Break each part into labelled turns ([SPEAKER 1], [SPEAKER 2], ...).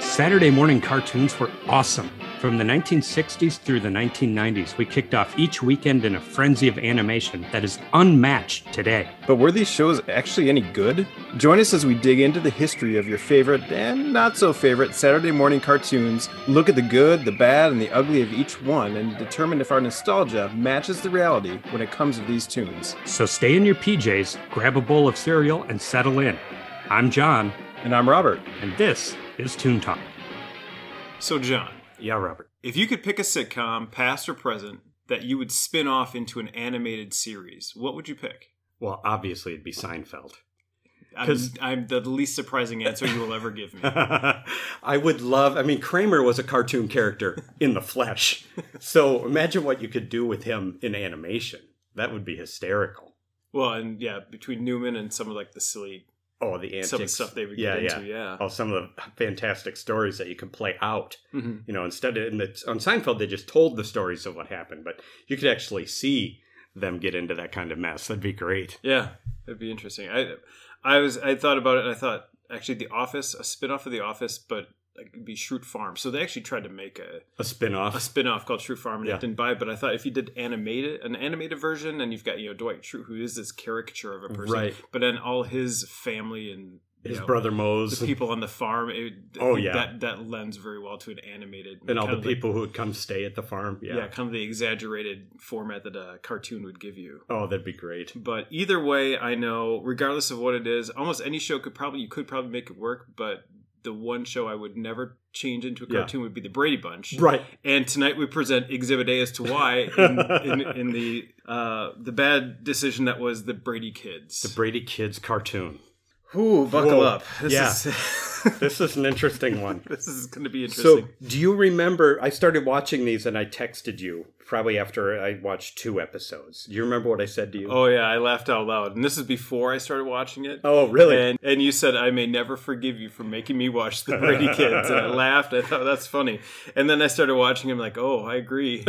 [SPEAKER 1] Saturday morning cartoons were awesome. From the 1960s through the 1990s, we kicked off each weekend in a frenzy of animation that is unmatched today.
[SPEAKER 2] But were these shows actually any good? Join us as we dig into the history of your favorite and not so favorite Saturday morning cartoons, look at the good, the bad, and the ugly of each one, and determine if our nostalgia matches the reality when it comes to these tunes.
[SPEAKER 1] So stay in your PJs, grab a bowl of cereal, and settle in. I'm John,
[SPEAKER 2] And I'm Robert.
[SPEAKER 1] and this is Toon Talk.
[SPEAKER 3] So, John,
[SPEAKER 1] Yeah, Robert.
[SPEAKER 3] if you could pick a sitcom, past or present, that you would spin off into an animated series, what would you pick?
[SPEAKER 1] Well, obviously, it'd be Seinfeld.
[SPEAKER 3] I'm,
[SPEAKER 4] 'Cause-
[SPEAKER 3] I'm the least surprising answer you will ever give me.
[SPEAKER 4] I would love. I mean, Kramer was a cartoon character in the flesh, so imagine what you could do with him in animation. That would be hysterical.
[SPEAKER 3] Well, and yeah, between Newman and some of like the silly
[SPEAKER 4] Oh, the antics,
[SPEAKER 3] some of the stuff they would get into, yeah.
[SPEAKER 4] Oh, some of the fantastic stories that you could play out.
[SPEAKER 3] Mhm.
[SPEAKER 4] You know, instead of in the, on Seinfeld, they just told the stories of what happened, but you could actually see them get into that kind of mess. That'd be great.
[SPEAKER 3] Yeah, it'd be interesting. I, I was, I thought about it, and I thought actually The Office, a spin off of The Office, but like it'd be Shroot Farm. So they actually tried to make a,
[SPEAKER 4] A spin-off.
[SPEAKER 3] a spin-off called True Farm and
[SPEAKER 4] Yeah.
[SPEAKER 3] it didn't buy it, but I thought if you did animated an animated version and you've got, you know, Dwight True who is this caricature of a person.
[SPEAKER 4] Right.
[SPEAKER 3] But then all his family and you
[SPEAKER 4] His
[SPEAKER 3] know,
[SPEAKER 4] brother Moe's.
[SPEAKER 3] the people on the farm, it,
[SPEAKER 4] Oh,
[SPEAKER 3] I think
[SPEAKER 4] yeah.
[SPEAKER 3] that that lends very well to an animated
[SPEAKER 4] and all
[SPEAKER 3] kind
[SPEAKER 4] the
[SPEAKER 3] of like-
[SPEAKER 4] people who would come stay at the farm.
[SPEAKER 3] yeah. kind of the exaggerated format that a cartoon would give you.
[SPEAKER 4] Oh, that'd be great.
[SPEAKER 3] But either way, I know regardless of what it is, almost any show could probably you could probably make it work, but the one show I would never change into a
[SPEAKER 4] Yeah.
[SPEAKER 3] cartoon would be the Brady Bunch.
[SPEAKER 4] Right.
[SPEAKER 3] And tonight we present Exhibit A as to why in, in, in the uh, the bad decision that was the Brady kids.
[SPEAKER 4] The Brady Kids cartoon.
[SPEAKER 3] Ooh, buckle
[SPEAKER 4] Whoa.
[SPEAKER 3] up! This
[SPEAKER 4] Yeah.
[SPEAKER 3] is
[SPEAKER 4] This is an interesting one.
[SPEAKER 3] this is going to be interesting.
[SPEAKER 4] so, do you remember? I started watching these and I texted you probably after I watched two episodes. Do you remember what I said to you?
[SPEAKER 3] oh yeah, I laughed out loud, and this is before I started watching it.
[SPEAKER 4] Oh, really?
[SPEAKER 3] And, and you said, I may never forgive you for making me watch The Brady Kids. And I laughed. I thought, that's funny. And then I started watching him, like, oh, I agree.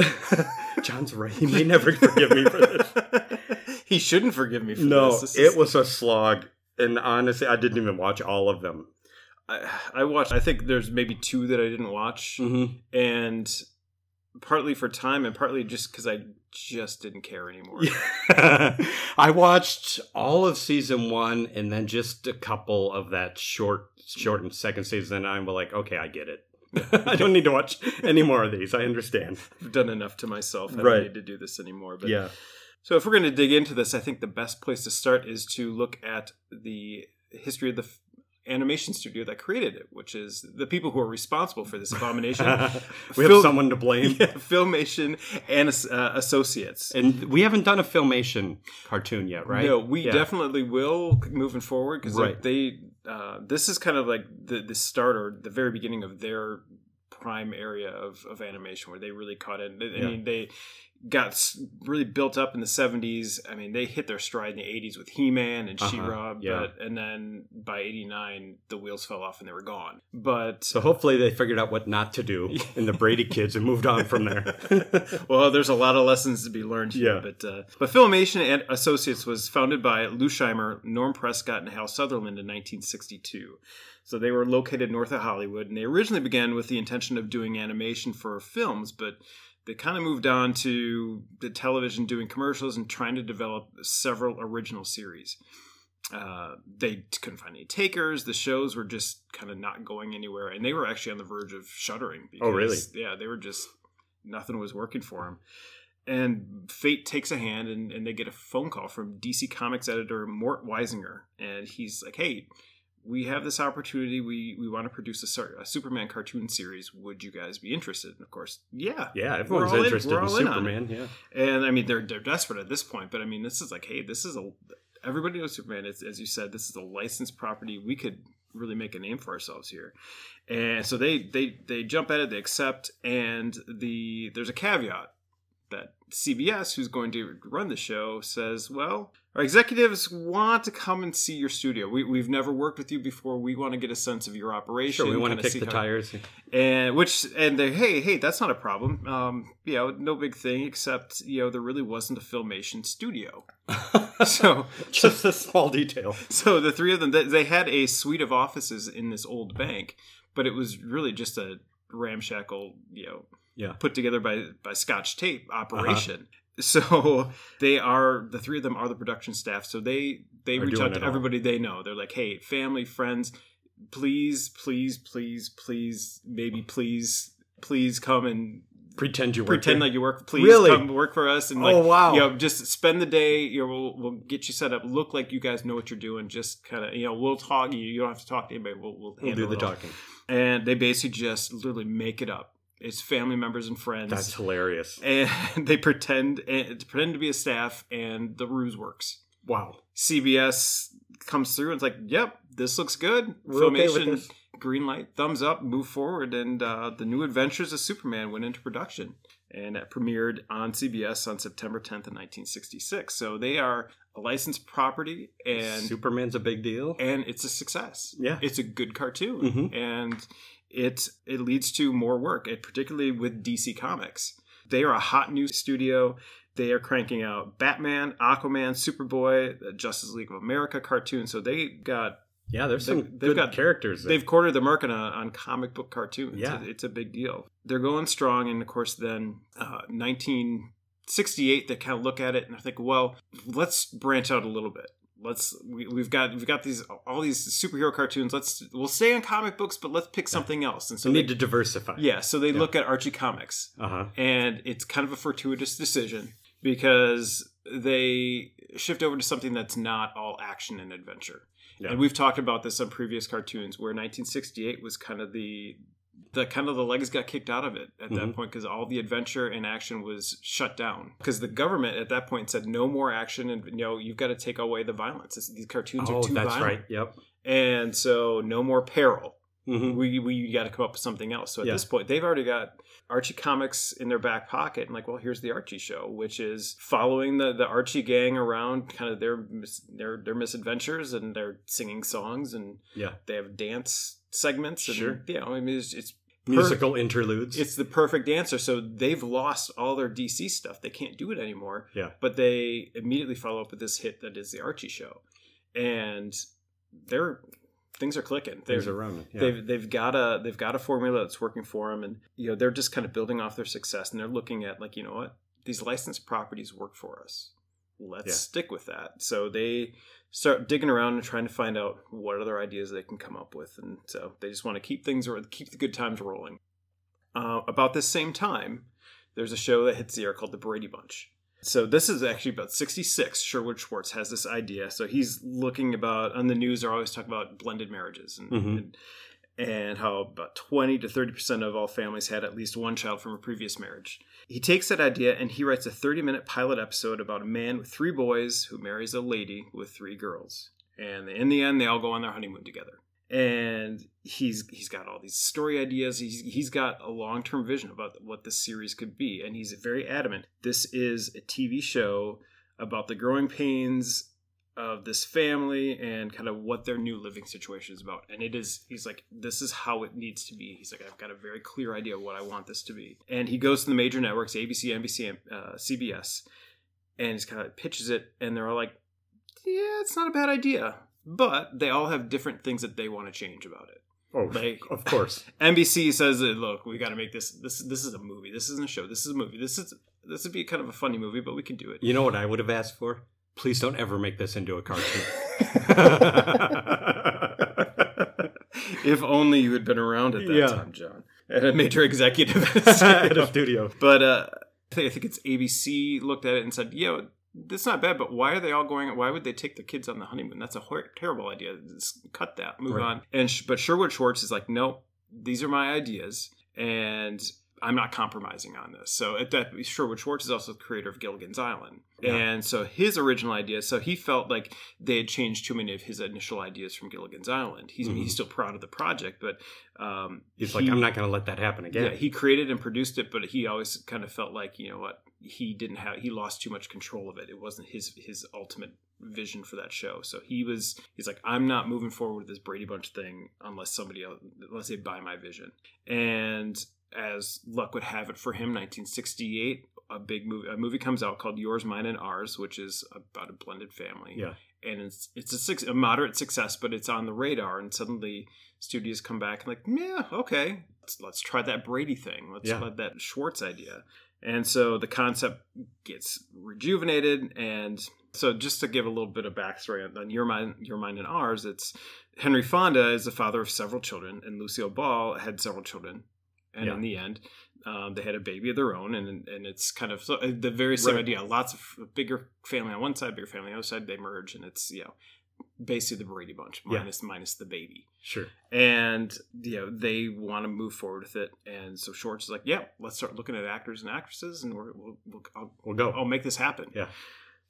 [SPEAKER 4] John's right. He may never forgive me for this.
[SPEAKER 3] he shouldn't forgive me for
[SPEAKER 4] No,
[SPEAKER 3] this. This is-
[SPEAKER 4] it was a slog. And honestly, I didn't even watch all of them.
[SPEAKER 3] I, I watched, I think there's maybe two that I didn't watch.
[SPEAKER 4] Mm-hmm.
[SPEAKER 3] and partly for time and partly just because I just didn't care anymore.
[SPEAKER 4] I watched all of season one and then just a couple of that short, shortened second season. And I'm like, okay, I get it. I don't need to watch any more of these. I understand.
[SPEAKER 3] I've done enough to myself. I
[SPEAKER 4] Right.
[SPEAKER 3] don't need to do this anymore. But So if we're going to dig into this, I think the best place to start is to look at the history of the f- animation studio that created it, which is the people who are responsible for this abomination.
[SPEAKER 4] we have
[SPEAKER 3] Phil-
[SPEAKER 4] someone to blame.
[SPEAKER 3] Yeah, Filmation and uh, Associates.
[SPEAKER 4] And we haven't done a filmation cartoon yet, right?
[SPEAKER 3] No, we
[SPEAKER 4] Yeah.
[SPEAKER 3] definitely will moving forward because
[SPEAKER 4] Right.
[SPEAKER 3] they uh, this is kind of like the the start or the very beginning of their prime area of, of animation where they really caught in. I mean, they got s- really built up in the 70s. I mean, they hit their stride in the 80s with He-Man and
[SPEAKER 4] Uh-huh,
[SPEAKER 3] She-Ra, but
[SPEAKER 4] yeah.
[SPEAKER 3] and then by 89 the wheels fell off and they were gone. But
[SPEAKER 4] So hopefully they figured out what not to do in the Brady kids and moved on from there.
[SPEAKER 3] well, there's a lot of lessons to be learned here.
[SPEAKER 4] Yeah.
[SPEAKER 3] But uh, but Filmation and Associates was founded by Lou Scheimer, Norm Prescott, and Hal Sutherland in 1962. So they were located north of Hollywood, and they originally began with the intention of doing animation for films, but they kind of moved on to the television, doing commercials, and trying to develop several original series. Uh, they couldn't find any takers. The shows were just kind of not going anywhere, and they were actually on the verge of shuttering.
[SPEAKER 4] Oh, really?
[SPEAKER 3] Yeah, they were just nothing was working for them. And fate takes a hand, and, and they get a phone call from DC Comics editor Mort Weisinger, and he's like, "Hey, we have this opportunity. We we want to produce a, sur- a Superman cartoon series. Would you guys be interested?" And of course, yeah.
[SPEAKER 4] yeah,
[SPEAKER 3] We're
[SPEAKER 4] everyone's
[SPEAKER 3] all in-
[SPEAKER 4] interested
[SPEAKER 3] we're
[SPEAKER 4] in
[SPEAKER 3] all in on it.
[SPEAKER 4] Superman. yeah.
[SPEAKER 3] And I mean, they're they're desperate at this point, but I mean, this is like, hey, this is a everybody knows Superman. It's, as you said, this is a licensed property. We could really make a name for ourselves here. And so they they they jump at it. They accept, and the there's a caveat that CBS, who's going to run the show, says, well. Our executives want to come and see your studio. We, we've never worked with you before. We want to get a sense of your operation.
[SPEAKER 4] Sure, we want to
[SPEAKER 3] kinda
[SPEAKER 4] kick
[SPEAKER 3] see
[SPEAKER 4] the
[SPEAKER 3] how-
[SPEAKER 4] tires.
[SPEAKER 3] and which and they hey hey that's not a problem um you know no big thing except you know there really wasn't a filmation studio so
[SPEAKER 4] Just a small detail.
[SPEAKER 3] so the three of them they- they had a suite of offices in this old bank but it was really just a ramshackle, you know,
[SPEAKER 4] Yeah. Uh-huh.
[SPEAKER 3] put together by by Scotch tape operation. So they are the three of them are the production staff. So they they
[SPEAKER 4] Are
[SPEAKER 3] reach
[SPEAKER 4] doing
[SPEAKER 3] out
[SPEAKER 4] it
[SPEAKER 3] to
[SPEAKER 4] all.
[SPEAKER 3] everybody they know. They're like, hey, family, friends, please, please, please, please, maybe please, please come and
[SPEAKER 4] Pretend you were
[SPEAKER 3] pretend like you work. Please
[SPEAKER 4] Really?
[SPEAKER 3] come work for us and like
[SPEAKER 4] oh wow.
[SPEAKER 3] you know, just spend the day. You know, we'll, we'll get you set up. Look like you guys know what you're doing. Just kind of, you know, we'll talk. You, you don't have to talk to anybody. We'll,
[SPEAKER 4] we'll
[SPEAKER 3] we'll, handle
[SPEAKER 4] do the
[SPEAKER 3] it all.
[SPEAKER 4] talking.
[SPEAKER 3] And they basically just literally make it up. It's family members and friends,
[SPEAKER 4] That's hilarious.
[SPEAKER 3] and they pretend and pretend to be a staff, and the ruse works.
[SPEAKER 4] Wow.
[SPEAKER 3] CBS comes through and it's like, "Yep, this looks good."
[SPEAKER 4] We're okay with this.
[SPEAKER 3] green light, thumbs up, move forward, and uh, the new Adventures of Superman went into production, and it premiered on CBS on September 10th of 1966. So they are a licensed property, and
[SPEAKER 4] Superman's a big deal.
[SPEAKER 3] and it's a success.
[SPEAKER 4] Yeah.
[SPEAKER 3] it's a good cartoon,
[SPEAKER 4] Mhm.
[SPEAKER 3] and it it leads to more work, and particularly with DC Comics. They are a hot new studio. They are cranking out Batman, Aquaman, Superboy, the Justice League of America cartoons. So they got
[SPEAKER 4] yeah, there's
[SPEAKER 3] they-
[SPEAKER 4] some
[SPEAKER 3] they've
[SPEAKER 4] good
[SPEAKER 3] got-
[SPEAKER 4] characters. there.
[SPEAKER 3] they've quartered the market on, on comic book cartoons.
[SPEAKER 4] Yeah.
[SPEAKER 3] It's, a big deal. They're going strong, and of course, then uh, 1968, they kind of look at it and I think, well, let's branch out a little bit. Let's we, we've got we've got these all these superhero cartoons. Let's we'll stay on comic books, but let's pick something else. And so
[SPEAKER 4] We need
[SPEAKER 3] they-
[SPEAKER 4] to diversify.
[SPEAKER 3] yeah, so they
[SPEAKER 4] Yeah.
[SPEAKER 3] look at Archie Comics,
[SPEAKER 4] Uh huh.
[SPEAKER 3] and it's kind of a fortuitous decision because they shift over to something that's not all action and adventure.
[SPEAKER 4] Yeah.
[SPEAKER 3] And we've talked about this on previous cartoons where 1968 was kind of the the kind of the legs got kicked out of it at that
[SPEAKER 4] Mhm.
[SPEAKER 3] point because all the adventure and action was shut down because the government at that point said no more action and you know you've got to take away the violence This- these cartoons
[SPEAKER 4] Oh,
[SPEAKER 3] are too
[SPEAKER 4] that's
[SPEAKER 3] violent
[SPEAKER 4] right. Yep.
[SPEAKER 3] and so no more peril
[SPEAKER 4] Mm-hmm.
[SPEAKER 3] we we got to come up with something else. So at
[SPEAKER 4] Yeah.
[SPEAKER 3] this point, they've already got Archie comics in their back pocket, and like, well, here's the Archie show, which is following the, the Archie gang around, kind of their mis- their their misadventures, and they're singing songs, and
[SPEAKER 4] Yeah.
[SPEAKER 3] they have dance segments, and
[SPEAKER 4] Sure.
[SPEAKER 3] you know, I mean, it's, it's
[SPEAKER 4] Musical interludes.
[SPEAKER 3] it's the perfect answer. So they've lost all their DC stuff. They can't do it anymore.
[SPEAKER 4] Yeah.
[SPEAKER 3] But they immediately follow up with this hit that is the Archie show, and they're things are clicking. They're,
[SPEAKER 4] Things around it. Yeah.
[SPEAKER 3] They've they've got a they've got a formula that's working for them, and you know they're just kind of building off their success, and they're looking at like you know what these licensed properties work for us. Let's
[SPEAKER 4] Yeah.
[SPEAKER 3] stick with that. So they start digging around and trying to find out what other ideas they can come up with, and so they just want to keep things or keep the good times rolling. Uh, about this same time, there's a show that hits the air called The Brady Bunch. So this is actually about 66. Sherwood Schwartz has this idea. So he's looking about on the news. They're always talking about blended marriages and
[SPEAKER 4] Mhm.
[SPEAKER 3] and, and how about 20 to 30 percent of all families had at least one child from a previous marriage. He takes that idea and he writes a 30 minute pilot episode about a man with three boys who marries a lady with three girls. And in the end, they all go on their honeymoon together and he's he's got all these story ideas. He's he's got a long term vision about what this series could be, and he's very adamant. This is a TV show about the growing pains of this family and kind of what their new living situation is about. And it is he's like, this is how it needs to be. He's like, I've got a very clear idea of what I want this to be. And he goes to the major networks, ABC, NBC, and, uh, CBS, and he's kind of pitches it, and they're all like, yeah, it's not a bad idea. But they all have different things that they want to change about it.
[SPEAKER 4] oh,
[SPEAKER 3] Like
[SPEAKER 4] of course.
[SPEAKER 3] NBC says, that, "Look, we got to make this. This this is a movie. This isn't a show. This is a movie. This is this would be kind of a funny movie, but we can do it."
[SPEAKER 4] You know what I would have asked for? Please don't ever make this into a cartoon.
[SPEAKER 3] if only you had been around at that
[SPEAKER 4] Yeah.
[SPEAKER 3] time, John, at a major executive.
[SPEAKER 4] At a studio.
[SPEAKER 3] but uh, I think I think it's ABC looked at it and said, "Yeah, that's not bad, but why are they all going? Why would they take their kids on the honeymoon? That's a hor- terrible idea. Just cut that, move
[SPEAKER 4] Right.
[SPEAKER 3] on." And sh- but Sherwood Schwartz is like, "Nope, these are my ideas, and I'm not compromising on this." So at that, Sherwood Schwartz is also the creator of Gilligan's Island,
[SPEAKER 4] Yeah.
[SPEAKER 3] and so his original idea. So he felt like they had changed too many of his initial ideas from Gilligan's Island. He's
[SPEAKER 4] Mhm.
[SPEAKER 3] he's still proud of the project, but um,
[SPEAKER 4] He's
[SPEAKER 3] he-
[SPEAKER 4] like, I'm not going to let that happen
[SPEAKER 3] yeah.
[SPEAKER 4] again.
[SPEAKER 3] he created and produced it, but he always kind of felt like you know what he didn't have. He lost too much control of it. It wasn't his his ultimate vision for that show. So he was he's like, I'm not moving forward with this Brady Bunch thing unless somebody else, unless they buy my vision. And as luck would have it for him, 1968 a big movie. A movie comes out called Yours, Mine, and Ours, which is about a blended family.
[SPEAKER 4] Yeah.
[SPEAKER 3] and it's it's a, six, a moderate success, but it's on the radar. And suddenly studios come back and like, yeah, okay, let's let's try that Brady thing. Let's
[SPEAKER 4] Yeah.
[SPEAKER 3] let that Schwartz idea. And so the concept gets rejuvenated. And so just to give a little bit of backstory on, on your mind, your mind and ours, it's Henry Fonda is the father of several children, and Lucille Ball had several children. And
[SPEAKER 4] Yeah.
[SPEAKER 3] in the end, um, they had a baby of their own, and and it's kind of so, uh, the very same
[SPEAKER 2] Right.
[SPEAKER 3] idea. Lots of bigger family on one side, bigger family on the other side. They merge, and it's you know basically the Brady Bunch
[SPEAKER 4] Yeah.
[SPEAKER 3] minus minus the baby
[SPEAKER 4] Sure.
[SPEAKER 3] and you know they want to move forward with it and so shorts is like yeah let's start looking at actors and actresses and we're, we'll, we'll I'll,
[SPEAKER 4] We'll go.
[SPEAKER 3] I'll oh, make this happen
[SPEAKER 4] Yeah.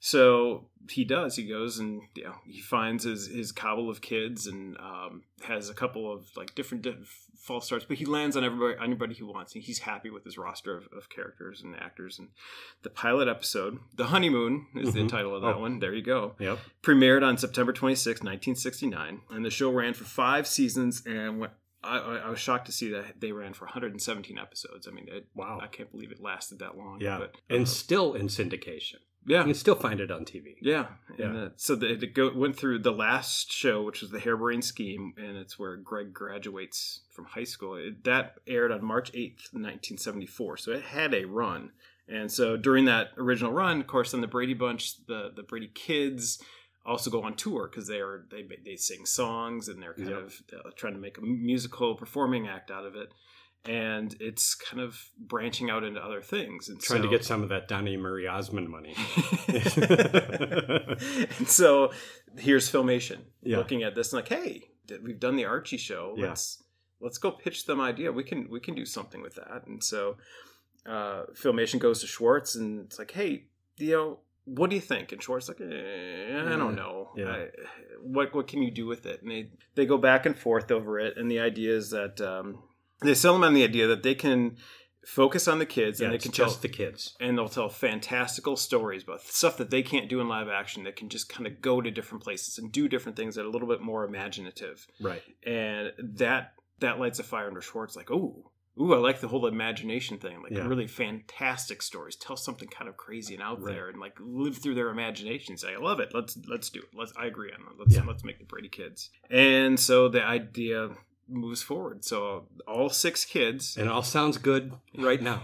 [SPEAKER 3] so he does he goes and you know he finds his his cobble of kids and um, has a couple of like different di- false starts but he lands on everybody anybody he wants and he's happy with his roster of, of characters and actors and the pilot episode the honeymoon is
[SPEAKER 4] Mhm.
[SPEAKER 3] the title of that
[SPEAKER 4] Oh.
[SPEAKER 3] one there you go
[SPEAKER 4] Yep.
[SPEAKER 3] premiered on September 26, 1969, and the show ran for five seasons. And went, I, I I was shocked to see that they ran for 117 episodes. I mean, it,
[SPEAKER 4] Wow.
[SPEAKER 3] I can't believe it lasted that long.
[SPEAKER 4] Yeah.
[SPEAKER 3] but, uh,
[SPEAKER 4] and still in syndication. You
[SPEAKER 3] yeah.
[SPEAKER 4] can still find it on TV.
[SPEAKER 3] Yeah,
[SPEAKER 4] Yeah.
[SPEAKER 3] and uh, so the, it go, went through the last show, which was the Harebrained Scheme, and it's where Greg graduates from high school. It, that aired on March eighth, nineteen seventy four. So it had a run, and so during that original run, of course, then the Brady Bunch, the the Brady Kids, also go on tour because they are they they sing songs and they're kind
[SPEAKER 4] Yep.
[SPEAKER 3] of uh, trying to make a musical performing act out of it, and it's kind of branching out into other things and
[SPEAKER 4] Trying
[SPEAKER 3] so-
[SPEAKER 4] to get some of that Donnie Murray Osmond money.
[SPEAKER 3] and so here's filmation
[SPEAKER 4] Yeah.
[SPEAKER 3] looking at this and like hey th- we've done the archie show
[SPEAKER 4] Yeah.
[SPEAKER 3] let's let's go pitch them idea we can we can do something with that and so uh filmation goes to schwartz and it's like hey you know what do you think and schwartz is like eh, i don't know
[SPEAKER 4] Yeah.
[SPEAKER 3] I- what what can you do with it and they they go back and forth over it and the idea is that um they sell them on the idea that they can focus on the kids
[SPEAKER 4] yeah,
[SPEAKER 3] and they
[SPEAKER 4] it's
[SPEAKER 3] can tell
[SPEAKER 4] just the kids.
[SPEAKER 3] and they'll tell fantastical stories about stuff that they can't do in live action that can just kind of go to different places and do different things that are a little bit more imaginative
[SPEAKER 4] Right.
[SPEAKER 3] and that that lights a fire under schwartz like ooh ooh i like the whole imagination thing like
[SPEAKER 4] Yeah.
[SPEAKER 3] really fantastic stories tell something kind of crazy and out
[SPEAKER 4] Right.
[SPEAKER 3] there and like live through their imagination say i love it let's let's do it let's i agree on that let's
[SPEAKER 4] Yeah.
[SPEAKER 3] let's make the brady kids and so the idea moves forward so all six kids
[SPEAKER 4] And it all sounds good right now.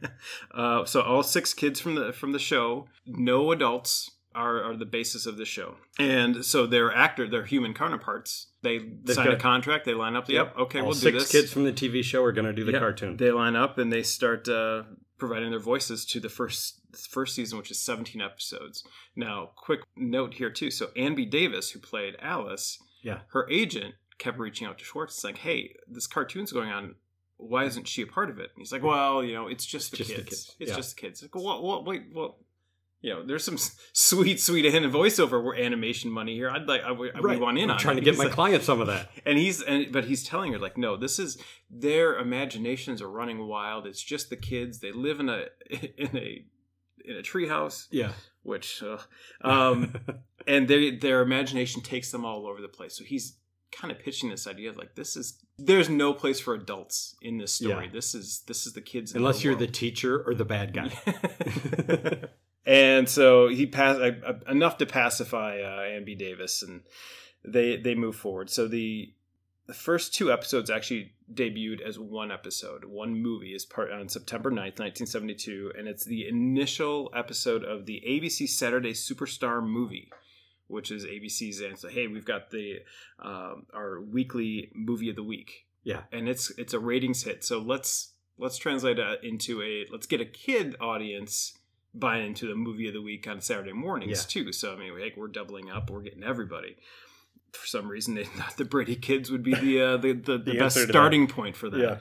[SPEAKER 3] uh, so all six kids from the from the show, no adults are, are the basis of the show, and so their actor, their human counterparts, they sign a
[SPEAKER 4] got-
[SPEAKER 3] contract, they line up. Yep, okay,
[SPEAKER 4] All
[SPEAKER 3] we'll
[SPEAKER 4] six
[SPEAKER 3] do this.
[SPEAKER 4] kids from the TV show are going to do the
[SPEAKER 3] Yep.
[SPEAKER 4] cartoon.
[SPEAKER 3] They line up and they start uh, providing their voices to the first first season, which is 17 episodes. Now, quick note here too. So, Anby Davis, who played Alice,
[SPEAKER 4] Yeah.
[SPEAKER 3] her agent kept reaching out to Schwartz, saying, "Hey, this cartoon's going on." Why isn't she a part of it? And he's like, well, you know, it's just the
[SPEAKER 4] Just the
[SPEAKER 3] kids.
[SPEAKER 4] kids,
[SPEAKER 3] It's
[SPEAKER 4] yeah.
[SPEAKER 3] just the kids. Like, well, well, wait, well, you know, there's some s- sweet, sweet in voiceover where animation money here. I'd like, I, w- I- we want in
[SPEAKER 4] I'm
[SPEAKER 3] on
[SPEAKER 4] trying
[SPEAKER 3] it.
[SPEAKER 4] to get
[SPEAKER 3] He's
[SPEAKER 4] my
[SPEAKER 3] like-
[SPEAKER 4] client some of that.
[SPEAKER 3] and he's and but he's telling her like no this is their imaginations are running wild it's just the kids they live in a in a in a treehouse
[SPEAKER 4] Yeah.
[SPEAKER 3] which uh, um and they, their imagination takes them all over the place so he's kind of pitching this idea of like this is there's no place for adults in this story
[SPEAKER 4] Yeah.
[SPEAKER 3] this is this is the kids in
[SPEAKER 4] Unless
[SPEAKER 3] their
[SPEAKER 4] you're
[SPEAKER 3] world.
[SPEAKER 4] the teacher or the bad guy.
[SPEAKER 3] and so he passed uh, enough to pacify uh, Amby Davis, and they they move forward. So the the first two episodes actually debuted as one episode, one movie, is part on September 9th, nineteen seventy two, and it's the initial episode of the ABC Saturday Superstar movie. Which is ABC's answer. Hey, we've got the um, our weekly movie of the week.
[SPEAKER 4] Yeah.
[SPEAKER 3] and it's it's a ratings hit. So let's let's translate that into a let's get a kid audience buying into the movie of the week on Saturday mornings too. So I mean, we- like we're doubling up, we're getting everybody. For some reason, they thought the Brady Kids would be the uh, the, the, the,
[SPEAKER 4] The
[SPEAKER 3] best
[SPEAKER 4] answer to that.
[SPEAKER 3] starting point for that.
[SPEAKER 4] Yeah.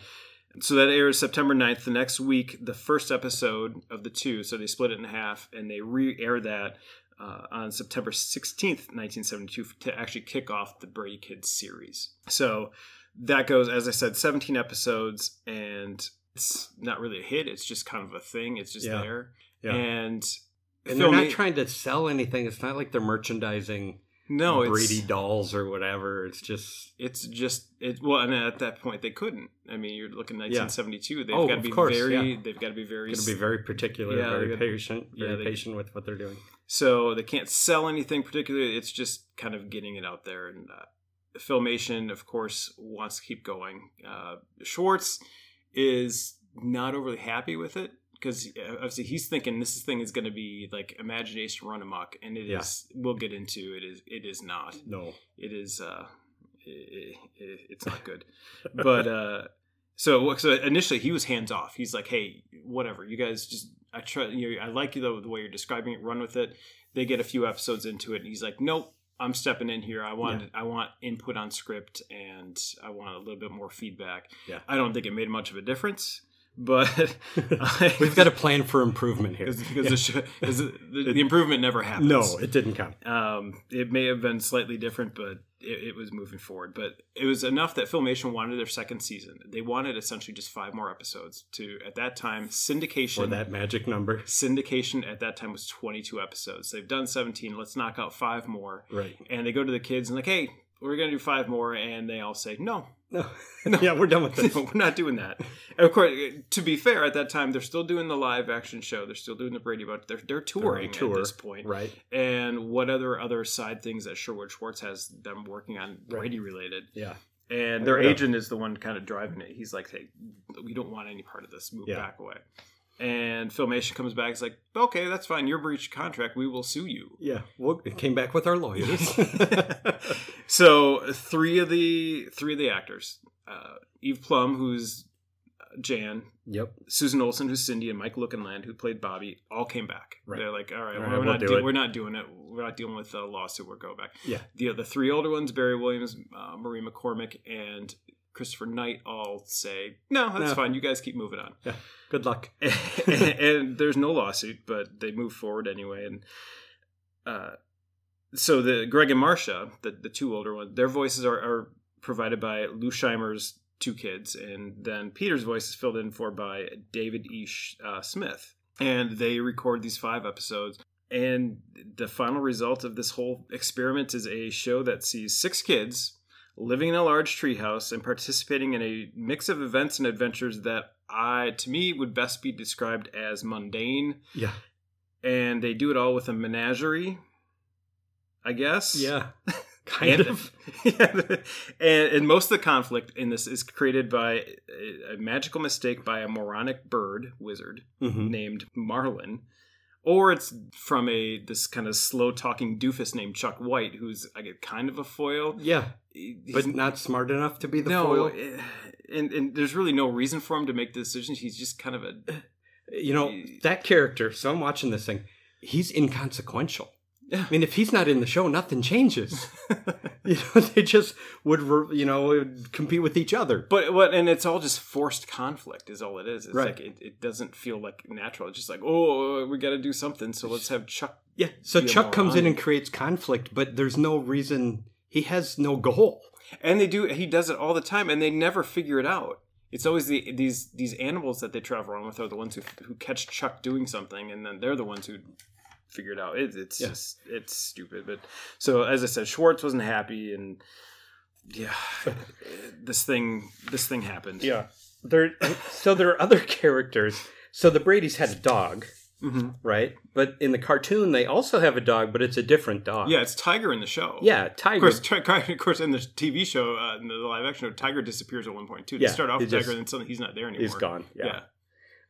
[SPEAKER 3] So that airs September 9th. The next week, the first episode of the two, so they split it in half and they re-air that uh, on September 16th, 1972, to actually kick off the Brady Kids series. So that goes, as I said, 17 episodes, and it's not really a hit. It's just kind of a thing. It's just
[SPEAKER 4] Yeah.
[SPEAKER 3] there.
[SPEAKER 4] Yeah.
[SPEAKER 3] And,
[SPEAKER 4] And they're
[SPEAKER 3] filma-
[SPEAKER 4] not trying to sell anything. It's not like they're merchandising
[SPEAKER 3] No, it's
[SPEAKER 4] Brady dolls or whatever. It's just
[SPEAKER 3] it's just it. Well, and at that point they couldn't. I mean, you're looking 1972. They've
[SPEAKER 4] Oh,
[SPEAKER 3] got to
[SPEAKER 4] of
[SPEAKER 3] be
[SPEAKER 4] course,
[SPEAKER 3] very.
[SPEAKER 4] yeah.
[SPEAKER 3] They've got to be very.
[SPEAKER 4] going to be very particular,
[SPEAKER 3] Yeah,
[SPEAKER 4] very
[SPEAKER 3] they're gonna-
[SPEAKER 4] patient,
[SPEAKER 3] yeah,
[SPEAKER 4] very
[SPEAKER 3] they-
[SPEAKER 4] patient with what they're doing.
[SPEAKER 3] so they can't sell anything particularly. It's just kind of getting it out there. And uh, Filmation, of course, wants to keep going. Uh, Schwartz is not overly happy with it because obviously he's thinking this thing is going to be like imagination run amok, and it
[SPEAKER 4] Yeah.
[SPEAKER 3] is- We'll get into it. Is it is not.
[SPEAKER 4] No,
[SPEAKER 3] it is uh it, it, it's not good but uh so so initially he was hands off he's like hey whatever you guys just i try you know, i like you though the way you're describing it run with it they get a few episodes into it and he's like nope i'm stepping in here i want i want input on script and i want a little bit more feedback
[SPEAKER 4] Yeah.
[SPEAKER 3] i don't think it made much of a difference but
[SPEAKER 4] we've got a plan for improvement here.
[SPEAKER 3] because because the, show- 'cause the, the improvement never happens
[SPEAKER 4] No, it didn't count.
[SPEAKER 3] um, it may have been slightly different, but it, it was moving forward. But it was enough that Filmation wanted their second season. They wanted essentially just five more episodes to, at that time, syndication.
[SPEAKER 4] Or that magic number,
[SPEAKER 3] syndication at that time was 22 episodes. They've done 17. Let's knock out five more.
[SPEAKER 4] right?
[SPEAKER 3] And they go to the kids and like, hey, we're gonna do five more, and they all say no.
[SPEAKER 4] No, yeah, we're done with
[SPEAKER 3] No,
[SPEAKER 4] this.
[SPEAKER 3] we're not doing that. And of course, to be fair, at that time they're still doing the live action show. They're still doing the Brady Bunch. They're, they're touring
[SPEAKER 4] tour.
[SPEAKER 3] at this point
[SPEAKER 4] Right?
[SPEAKER 3] and what other other side things that Sherwood Schwartz has them working on
[SPEAKER 4] Right.
[SPEAKER 3] Brady related.
[SPEAKER 4] Yeah.
[SPEAKER 3] And their
[SPEAKER 4] Yeah.
[SPEAKER 3] agent is the one kind of driving it. He's like, "Hey, we don't want any part of this. Move
[SPEAKER 4] Yeah.
[SPEAKER 3] back away." And Filmation comes back. It's like, "Okay, that's fine. You're breached contract. We will sue you."
[SPEAKER 4] Yeah, well, it came back with our lawyers.
[SPEAKER 3] So three of the three of the actors, uh, Eve Plum, who's uh, Jan,
[SPEAKER 4] yep.
[SPEAKER 3] Susan Olsen, who's Cindy, and Mike Lookinland, who played Bobby, all came back.
[SPEAKER 4] Right.
[SPEAKER 3] They're like, all right,
[SPEAKER 4] All
[SPEAKER 3] we're,
[SPEAKER 4] right, we'll
[SPEAKER 3] not
[SPEAKER 4] do
[SPEAKER 3] do-
[SPEAKER 4] it."
[SPEAKER 3] we're not doing it. We're not dealing with a lawsuit. We're going back.
[SPEAKER 4] Yeah.
[SPEAKER 3] The the three older ones, Barry Williams, uh, Marie McCormick, and Christopher Knight, all say, no, that's
[SPEAKER 4] No.
[SPEAKER 3] fine. You guys keep moving on.
[SPEAKER 4] Good luck.
[SPEAKER 3] and there's no lawsuit, but they move forward anyway. And uh, so the Greg and Marcia, the, the two older ones, their voices are, are provided by Lou Scheimer's two kids, and then Peter's voice is filled in for by David E. Sh- uh, Smith. And they record these five episodes. And the final result of this whole experiment is a show that sees six kids living in a large treehouse and participating in a mix of events and adventures that I, to me, would best be described as mundane.
[SPEAKER 4] Yeah.
[SPEAKER 3] And they do it all with a menagerie, I guess.
[SPEAKER 4] Yeah. Kind
[SPEAKER 3] And,
[SPEAKER 4] of.
[SPEAKER 3] and, and most of the conflict in this is created by a, a magical mistake by a moronic bird wizard
[SPEAKER 4] Mhm.
[SPEAKER 3] named Marlin, or it's from a this kind of slow talking doofus named Chuck White, who's I get kind of a foil.
[SPEAKER 4] Yeah,
[SPEAKER 3] He's
[SPEAKER 4] but not smart enough to be the
[SPEAKER 3] no,
[SPEAKER 4] foil.
[SPEAKER 3] eh, and and there's really no reason for him to make the decisions. He's just kind of a
[SPEAKER 4] you know that character. So I'm watching this thing. He's inconsequential.
[SPEAKER 3] Yeah.
[SPEAKER 4] I mean, if he's not in the show, nothing changes. you know, they just would, re- you know, would compete with each other.
[SPEAKER 3] but what and it's all just forced conflict is all it is. It's
[SPEAKER 4] Right.
[SPEAKER 3] like it, it doesn't feel like natural. It's just like oh we got to do something, so let's have Chuck.
[SPEAKER 4] Yeah. So
[SPEAKER 3] Be a
[SPEAKER 4] Chuck comes in
[SPEAKER 3] moron.
[SPEAKER 4] and creates conflict, but there's no reason. He has no goal.
[SPEAKER 3] And they do. He does it all the time, and they never figure it out. It's always the, these these animals that they travel around with are the ones who who catch Chuck doing something, and then they're the ones who figure it out. It, it's
[SPEAKER 4] Yeah.
[SPEAKER 3] just it's stupid. But so as I said, Schwartz wasn't happy, and yeah, this thing this thing happened.
[SPEAKER 4] Yeah. There. so there are other characters. So the Brady's had a dog, Mm-hmm.
[SPEAKER 3] hmm
[SPEAKER 4] right? But in the cartoon, they also have a dog, but it's a different dog.
[SPEAKER 3] Yeah, it's Tiger in the show.
[SPEAKER 4] Yeah,
[SPEAKER 3] Of
[SPEAKER 4] Tiger.
[SPEAKER 3] course, Ti- Ti- of course, in the TV show, uh, in the live action show, Tiger disappears at one point too. They
[SPEAKER 4] Yeah,
[SPEAKER 3] start off
[SPEAKER 4] he
[SPEAKER 3] with
[SPEAKER 4] just-
[SPEAKER 3] Tiger, and then suddenly he's not there anymore.
[SPEAKER 4] He's gone. Yeah.
[SPEAKER 3] Yeah.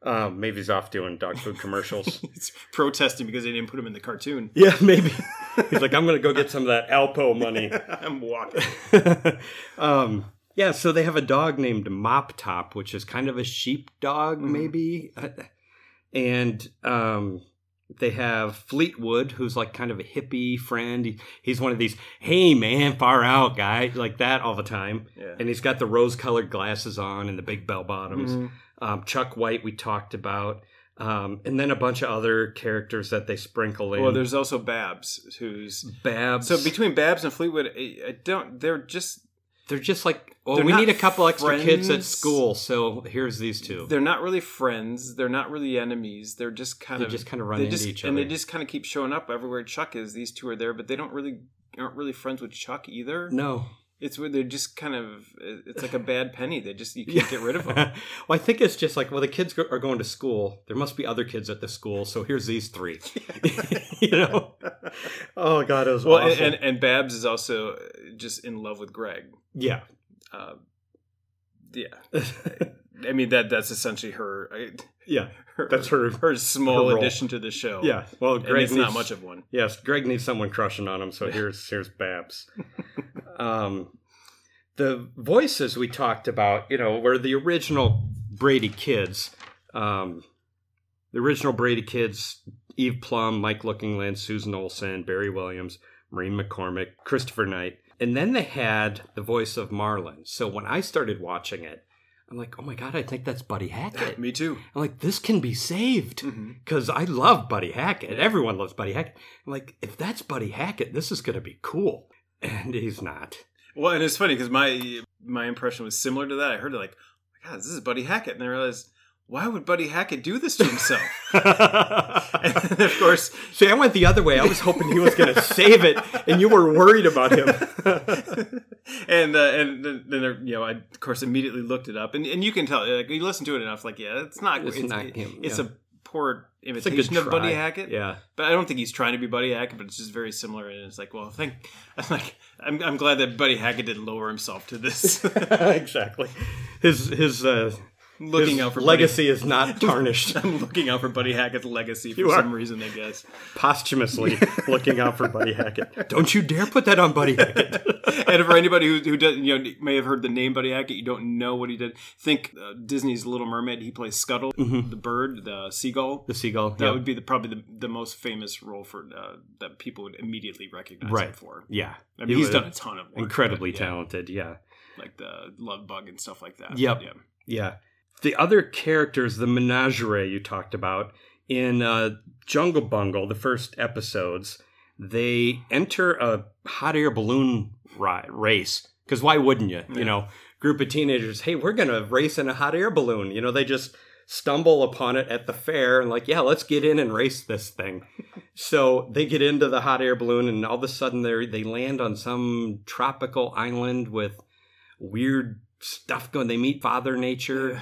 [SPEAKER 4] Um, maybe he's off doing dog food commercials.
[SPEAKER 3] He's protesting because they didn't put him in the cartoon.
[SPEAKER 4] yeah, maybe. He's like, I'm going to go get some of that Alpo money.
[SPEAKER 3] I'm walking.
[SPEAKER 4] um, yeah, so they have a dog named Mop Top, which is kind of a sheep dog,
[SPEAKER 3] Mhm.
[SPEAKER 4] maybe. And um, they have Fleetwood, who's like kind of a hippie friend. He- He's one of these, hey man, far out guy, like that all the time.
[SPEAKER 3] Yeah.
[SPEAKER 4] And he's got the rose colored glasses on and the big bell bottoms.
[SPEAKER 3] Mhm.
[SPEAKER 4] Um, Chuck White, we talked about. Um, and then a bunch of other characters that they sprinkle in.
[SPEAKER 3] Well, there's also Babs, who's
[SPEAKER 4] Babs.
[SPEAKER 3] so between Babs and Fleetwood, I, I don't. They're just
[SPEAKER 4] They're just like, well,
[SPEAKER 3] They're
[SPEAKER 4] we
[SPEAKER 3] not
[SPEAKER 4] need a couple extra kids at
[SPEAKER 3] friends.
[SPEAKER 4] school, so here's these two. They're,
[SPEAKER 3] they're not really friends. They're not really enemies. They're just kind of
[SPEAKER 4] just kind of run
[SPEAKER 3] they
[SPEAKER 4] into
[SPEAKER 3] just-
[SPEAKER 4] each
[SPEAKER 3] and
[SPEAKER 4] other.
[SPEAKER 3] they just kind of keep showing up everywhere Chuck is. These two are there, but they don't really aren't really friends with Chuck either.
[SPEAKER 4] No.
[SPEAKER 3] It's where they're just kind of it's like a bad penny. They just you can't get rid of them.
[SPEAKER 4] well, I think it's just like, well, the kids go- are going to school. There must be other kids at the school, so here's these three. you know? Oh God, it was
[SPEAKER 3] Well,
[SPEAKER 4] awful.
[SPEAKER 3] and, and and Babs is also uh, just in love with Greg.
[SPEAKER 4] yeah.
[SPEAKER 3] Uh, yeah, I mean that that's essentially her.
[SPEAKER 4] yeah.
[SPEAKER 3] her
[SPEAKER 4] That's her-
[SPEAKER 3] her small
[SPEAKER 4] her role.
[SPEAKER 3] addition to the show.
[SPEAKER 4] Yeah. Well,
[SPEAKER 3] and
[SPEAKER 4] Greg
[SPEAKER 3] it's
[SPEAKER 4] needs,
[SPEAKER 3] not much of one.
[SPEAKER 4] Yes, Greg needs someone crushing on him, so here's here's Babs. um, the voices we talked about, you know, were the original Brady kids. Um, the original Brady kids: Eve Plum, Mike Lookingland, Susan Olsen, Barry Williams, Maureen McCormick, Christopher Knight, and then they had the voice of Marlin. So when I started watching it, I'm like, oh my god, I think that's Buddy Hackett.
[SPEAKER 3] Me too.
[SPEAKER 4] I'm like, this can be saved
[SPEAKER 3] Mhm.
[SPEAKER 4] because I love Buddy Hackett. Everyone loves Buddy Hackett. I'm like, if that's Buddy Hackett, this is going to be cool. And he's not.
[SPEAKER 3] Well, and it's funny because my my impression was similar to that. I heard it like, oh my God, this is Buddy Hackett, and I realized why would Buddy Hackett do this to himself? and
[SPEAKER 4] and
[SPEAKER 3] then, of course,
[SPEAKER 4] see, I went the other way. I was hoping he was going to save it, and you were worried about him.
[SPEAKER 3] and uh, and then, then there, you know, I of course immediately looked it up, and and you can tell like you listen to it enough, like yeah, it's not
[SPEAKER 4] It's not him,
[SPEAKER 3] It's
[SPEAKER 4] yeah.
[SPEAKER 3] a poor
[SPEAKER 4] It's a
[SPEAKER 3] imitation
[SPEAKER 4] good
[SPEAKER 3] of Buddy
[SPEAKER 4] try.
[SPEAKER 3] Hackett.
[SPEAKER 4] Yeah.
[SPEAKER 3] But I don't think he's trying to be Buddy Hackett, but it's just very similar. And it's like, well, thank, I'm like, I'm, I'm glad that Buddy Hackett didn't lower himself to this,
[SPEAKER 4] exactly. His his uh,
[SPEAKER 3] looking
[SPEAKER 4] his
[SPEAKER 3] out for
[SPEAKER 4] legacy is not tarnished
[SPEAKER 3] Buddy, I'm looking out for Buddy Hackett's legacy for
[SPEAKER 4] You are.
[SPEAKER 3] some reason, I guess.
[SPEAKER 4] posthumously. looking out for Buddy Hackett. Don't you dare put that on Buddy Hackett.
[SPEAKER 3] and for anybody who, who doesn't, you know, may have heard the name Buddy Hackett, you don't know what he did. Think uh, Disney's Little Mermaid. He plays Scuttle, the bird, the seagull.
[SPEAKER 4] Mm-hmm. The seagull.
[SPEAKER 3] that
[SPEAKER 4] yeah.
[SPEAKER 3] would be the, probably the, the most famous role for uh, that people would immediately recognize him
[SPEAKER 4] Right.
[SPEAKER 3] for.
[SPEAKER 4] yeah.
[SPEAKER 3] I mean,
[SPEAKER 4] He
[SPEAKER 3] he's
[SPEAKER 4] was
[SPEAKER 3] done a ton of work,
[SPEAKER 4] incredibly
[SPEAKER 3] but, yeah,
[SPEAKER 4] talented. Yeah.
[SPEAKER 3] like the Love Bug and stuff like that.
[SPEAKER 4] Yep.
[SPEAKER 3] Yeah.
[SPEAKER 4] Yeah. The other characters, the menagerie you talked about in uh, Jungle Bungle, the first episodes, they enter a hot air balloon ri- race. Because why wouldn't you?
[SPEAKER 3] Yeah.
[SPEAKER 4] You know, group of teenagers, hey, we're going to race in a hot air balloon. You know, they just stumble upon it at the fair and, like, yeah, let's get in and race this thing. so they get into the hot air balloon, and all of a sudden they they land on some tropical island with weird stuff going. They meet Father Nature,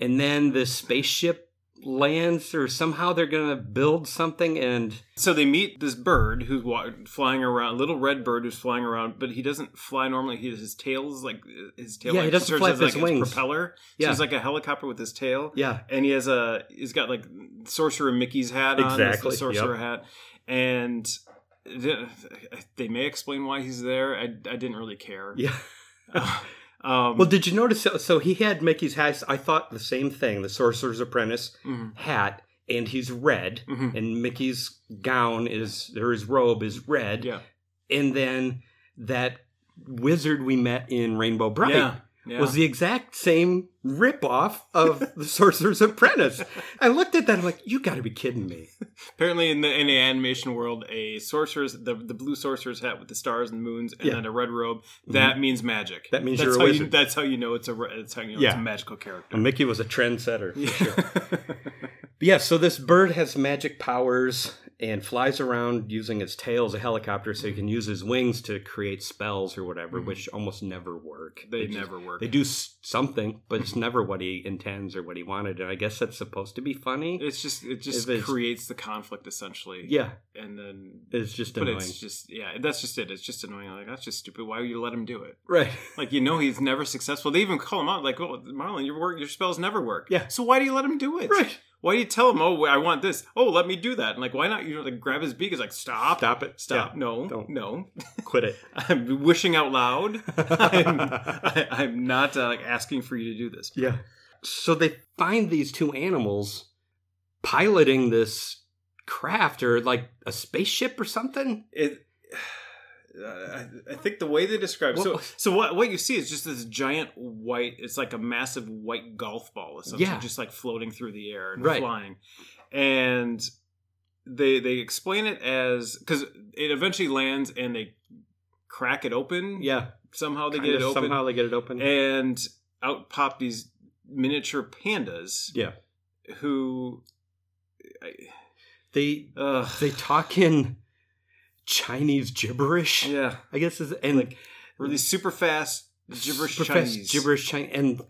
[SPEAKER 4] and then the spaceship lands, or somehow they're going to build something. And
[SPEAKER 3] So they meet this bird who's wa- flying around, little red bird who's flying around, but he doesn't fly normally. He his tail's like his tail.
[SPEAKER 4] Yeah, he
[SPEAKER 3] like,
[SPEAKER 4] doesn't
[SPEAKER 3] serves
[SPEAKER 4] flap
[SPEAKER 3] as,
[SPEAKER 4] his
[SPEAKER 3] like,
[SPEAKER 4] wings.
[SPEAKER 3] propeller. So
[SPEAKER 4] Yeah.
[SPEAKER 3] he's like a helicopter with his tail.
[SPEAKER 4] yeah,
[SPEAKER 3] and he has a he's got like sorcerer mickey's hat on That's the
[SPEAKER 4] Exactly,
[SPEAKER 3] sorcerer hat and th- they may explain why he's there i, I didn't really care
[SPEAKER 4] yeah.
[SPEAKER 3] um,
[SPEAKER 4] Well, did you notice? So, so he had Mickey's hat. I thought the same thing. The Sorcerer's Apprentice
[SPEAKER 3] mhm,
[SPEAKER 4] hat, and he's red.
[SPEAKER 3] mhm.
[SPEAKER 4] And Mickey's gown is, or his robe is red.
[SPEAKER 3] yeah
[SPEAKER 4] And then that wizard we met in Rainbow Bright
[SPEAKER 3] yeah yeah
[SPEAKER 4] was the exact same ripoff of the Sorcerer's Apprentice. I looked at that, I'm like, you gotta be kidding me.
[SPEAKER 3] apparently in the in the animation world a sorcerer's the, the blue sorcerer's hat with the stars and moons and
[SPEAKER 4] Yeah. Mm-hmm.
[SPEAKER 3] then a red robe that means magic
[SPEAKER 4] That means
[SPEAKER 3] that's
[SPEAKER 4] you're a
[SPEAKER 3] how you
[SPEAKER 4] wizard.
[SPEAKER 3] that's how you know it's a re- that's how you know it's
[SPEAKER 4] Yeah.
[SPEAKER 3] a magical character
[SPEAKER 4] And Mickey was a trendsetter. for sure. But
[SPEAKER 3] yeah.
[SPEAKER 4] yeah, so this bird has magic powers and flies around using its tail as a helicopter so he can use his wings to create spells or whatever, which almost never work.
[SPEAKER 3] Mm-hmm. they
[SPEAKER 4] just-
[SPEAKER 3] never work
[SPEAKER 4] They do s- something, but it's never what he intends or what he wanted. And I guess that's supposed to be funny.
[SPEAKER 3] it's just it just
[SPEAKER 4] If it's-
[SPEAKER 3] creates the conflict essentially
[SPEAKER 4] yeah,
[SPEAKER 3] and then
[SPEAKER 4] it's just
[SPEAKER 3] but
[SPEAKER 4] annoying.
[SPEAKER 3] it's just yeah that's just it it's just annoying like that's just stupid why would you let him do it
[SPEAKER 4] right.
[SPEAKER 3] like you know he's never successful they even call him out like oh marlon your work your spells never work
[SPEAKER 4] Yeah.
[SPEAKER 3] so why do you let him do it
[SPEAKER 4] Right.
[SPEAKER 3] why do you tell him oh i want this oh let me do that and like why not you know like grab his beak is like stop
[SPEAKER 4] Stop it.
[SPEAKER 3] stop
[SPEAKER 4] Yeah.
[SPEAKER 3] no
[SPEAKER 4] Don't.
[SPEAKER 3] no
[SPEAKER 4] Quit it.
[SPEAKER 3] i'm wishing out loud I'm, I, I'm not uh, like asking for you to do this
[SPEAKER 4] Yeah. So they find these two animals piloting this craft or like a spaceship or something.
[SPEAKER 3] it I I think the way they describe so
[SPEAKER 4] What-
[SPEAKER 3] so what what you see is just this giant white it's like a massive white golf ball essentially
[SPEAKER 4] Yeah.
[SPEAKER 3] just like floating through the air and
[SPEAKER 4] Right.
[SPEAKER 3] flying and they they explain it as because it eventually lands and they crack it open
[SPEAKER 4] Yeah.
[SPEAKER 3] somehow they
[SPEAKER 4] Kinda
[SPEAKER 3] get it open
[SPEAKER 4] Somehow they get it open.
[SPEAKER 3] and out pop these miniature pandas
[SPEAKER 4] yeah.
[SPEAKER 3] who
[SPEAKER 4] They
[SPEAKER 3] ugh,
[SPEAKER 4] they talk in Chinese gibberish.
[SPEAKER 3] Yeah.
[SPEAKER 4] I guess is and like
[SPEAKER 3] Really super fast gibberish Chinese.
[SPEAKER 4] gibberish Chinese, and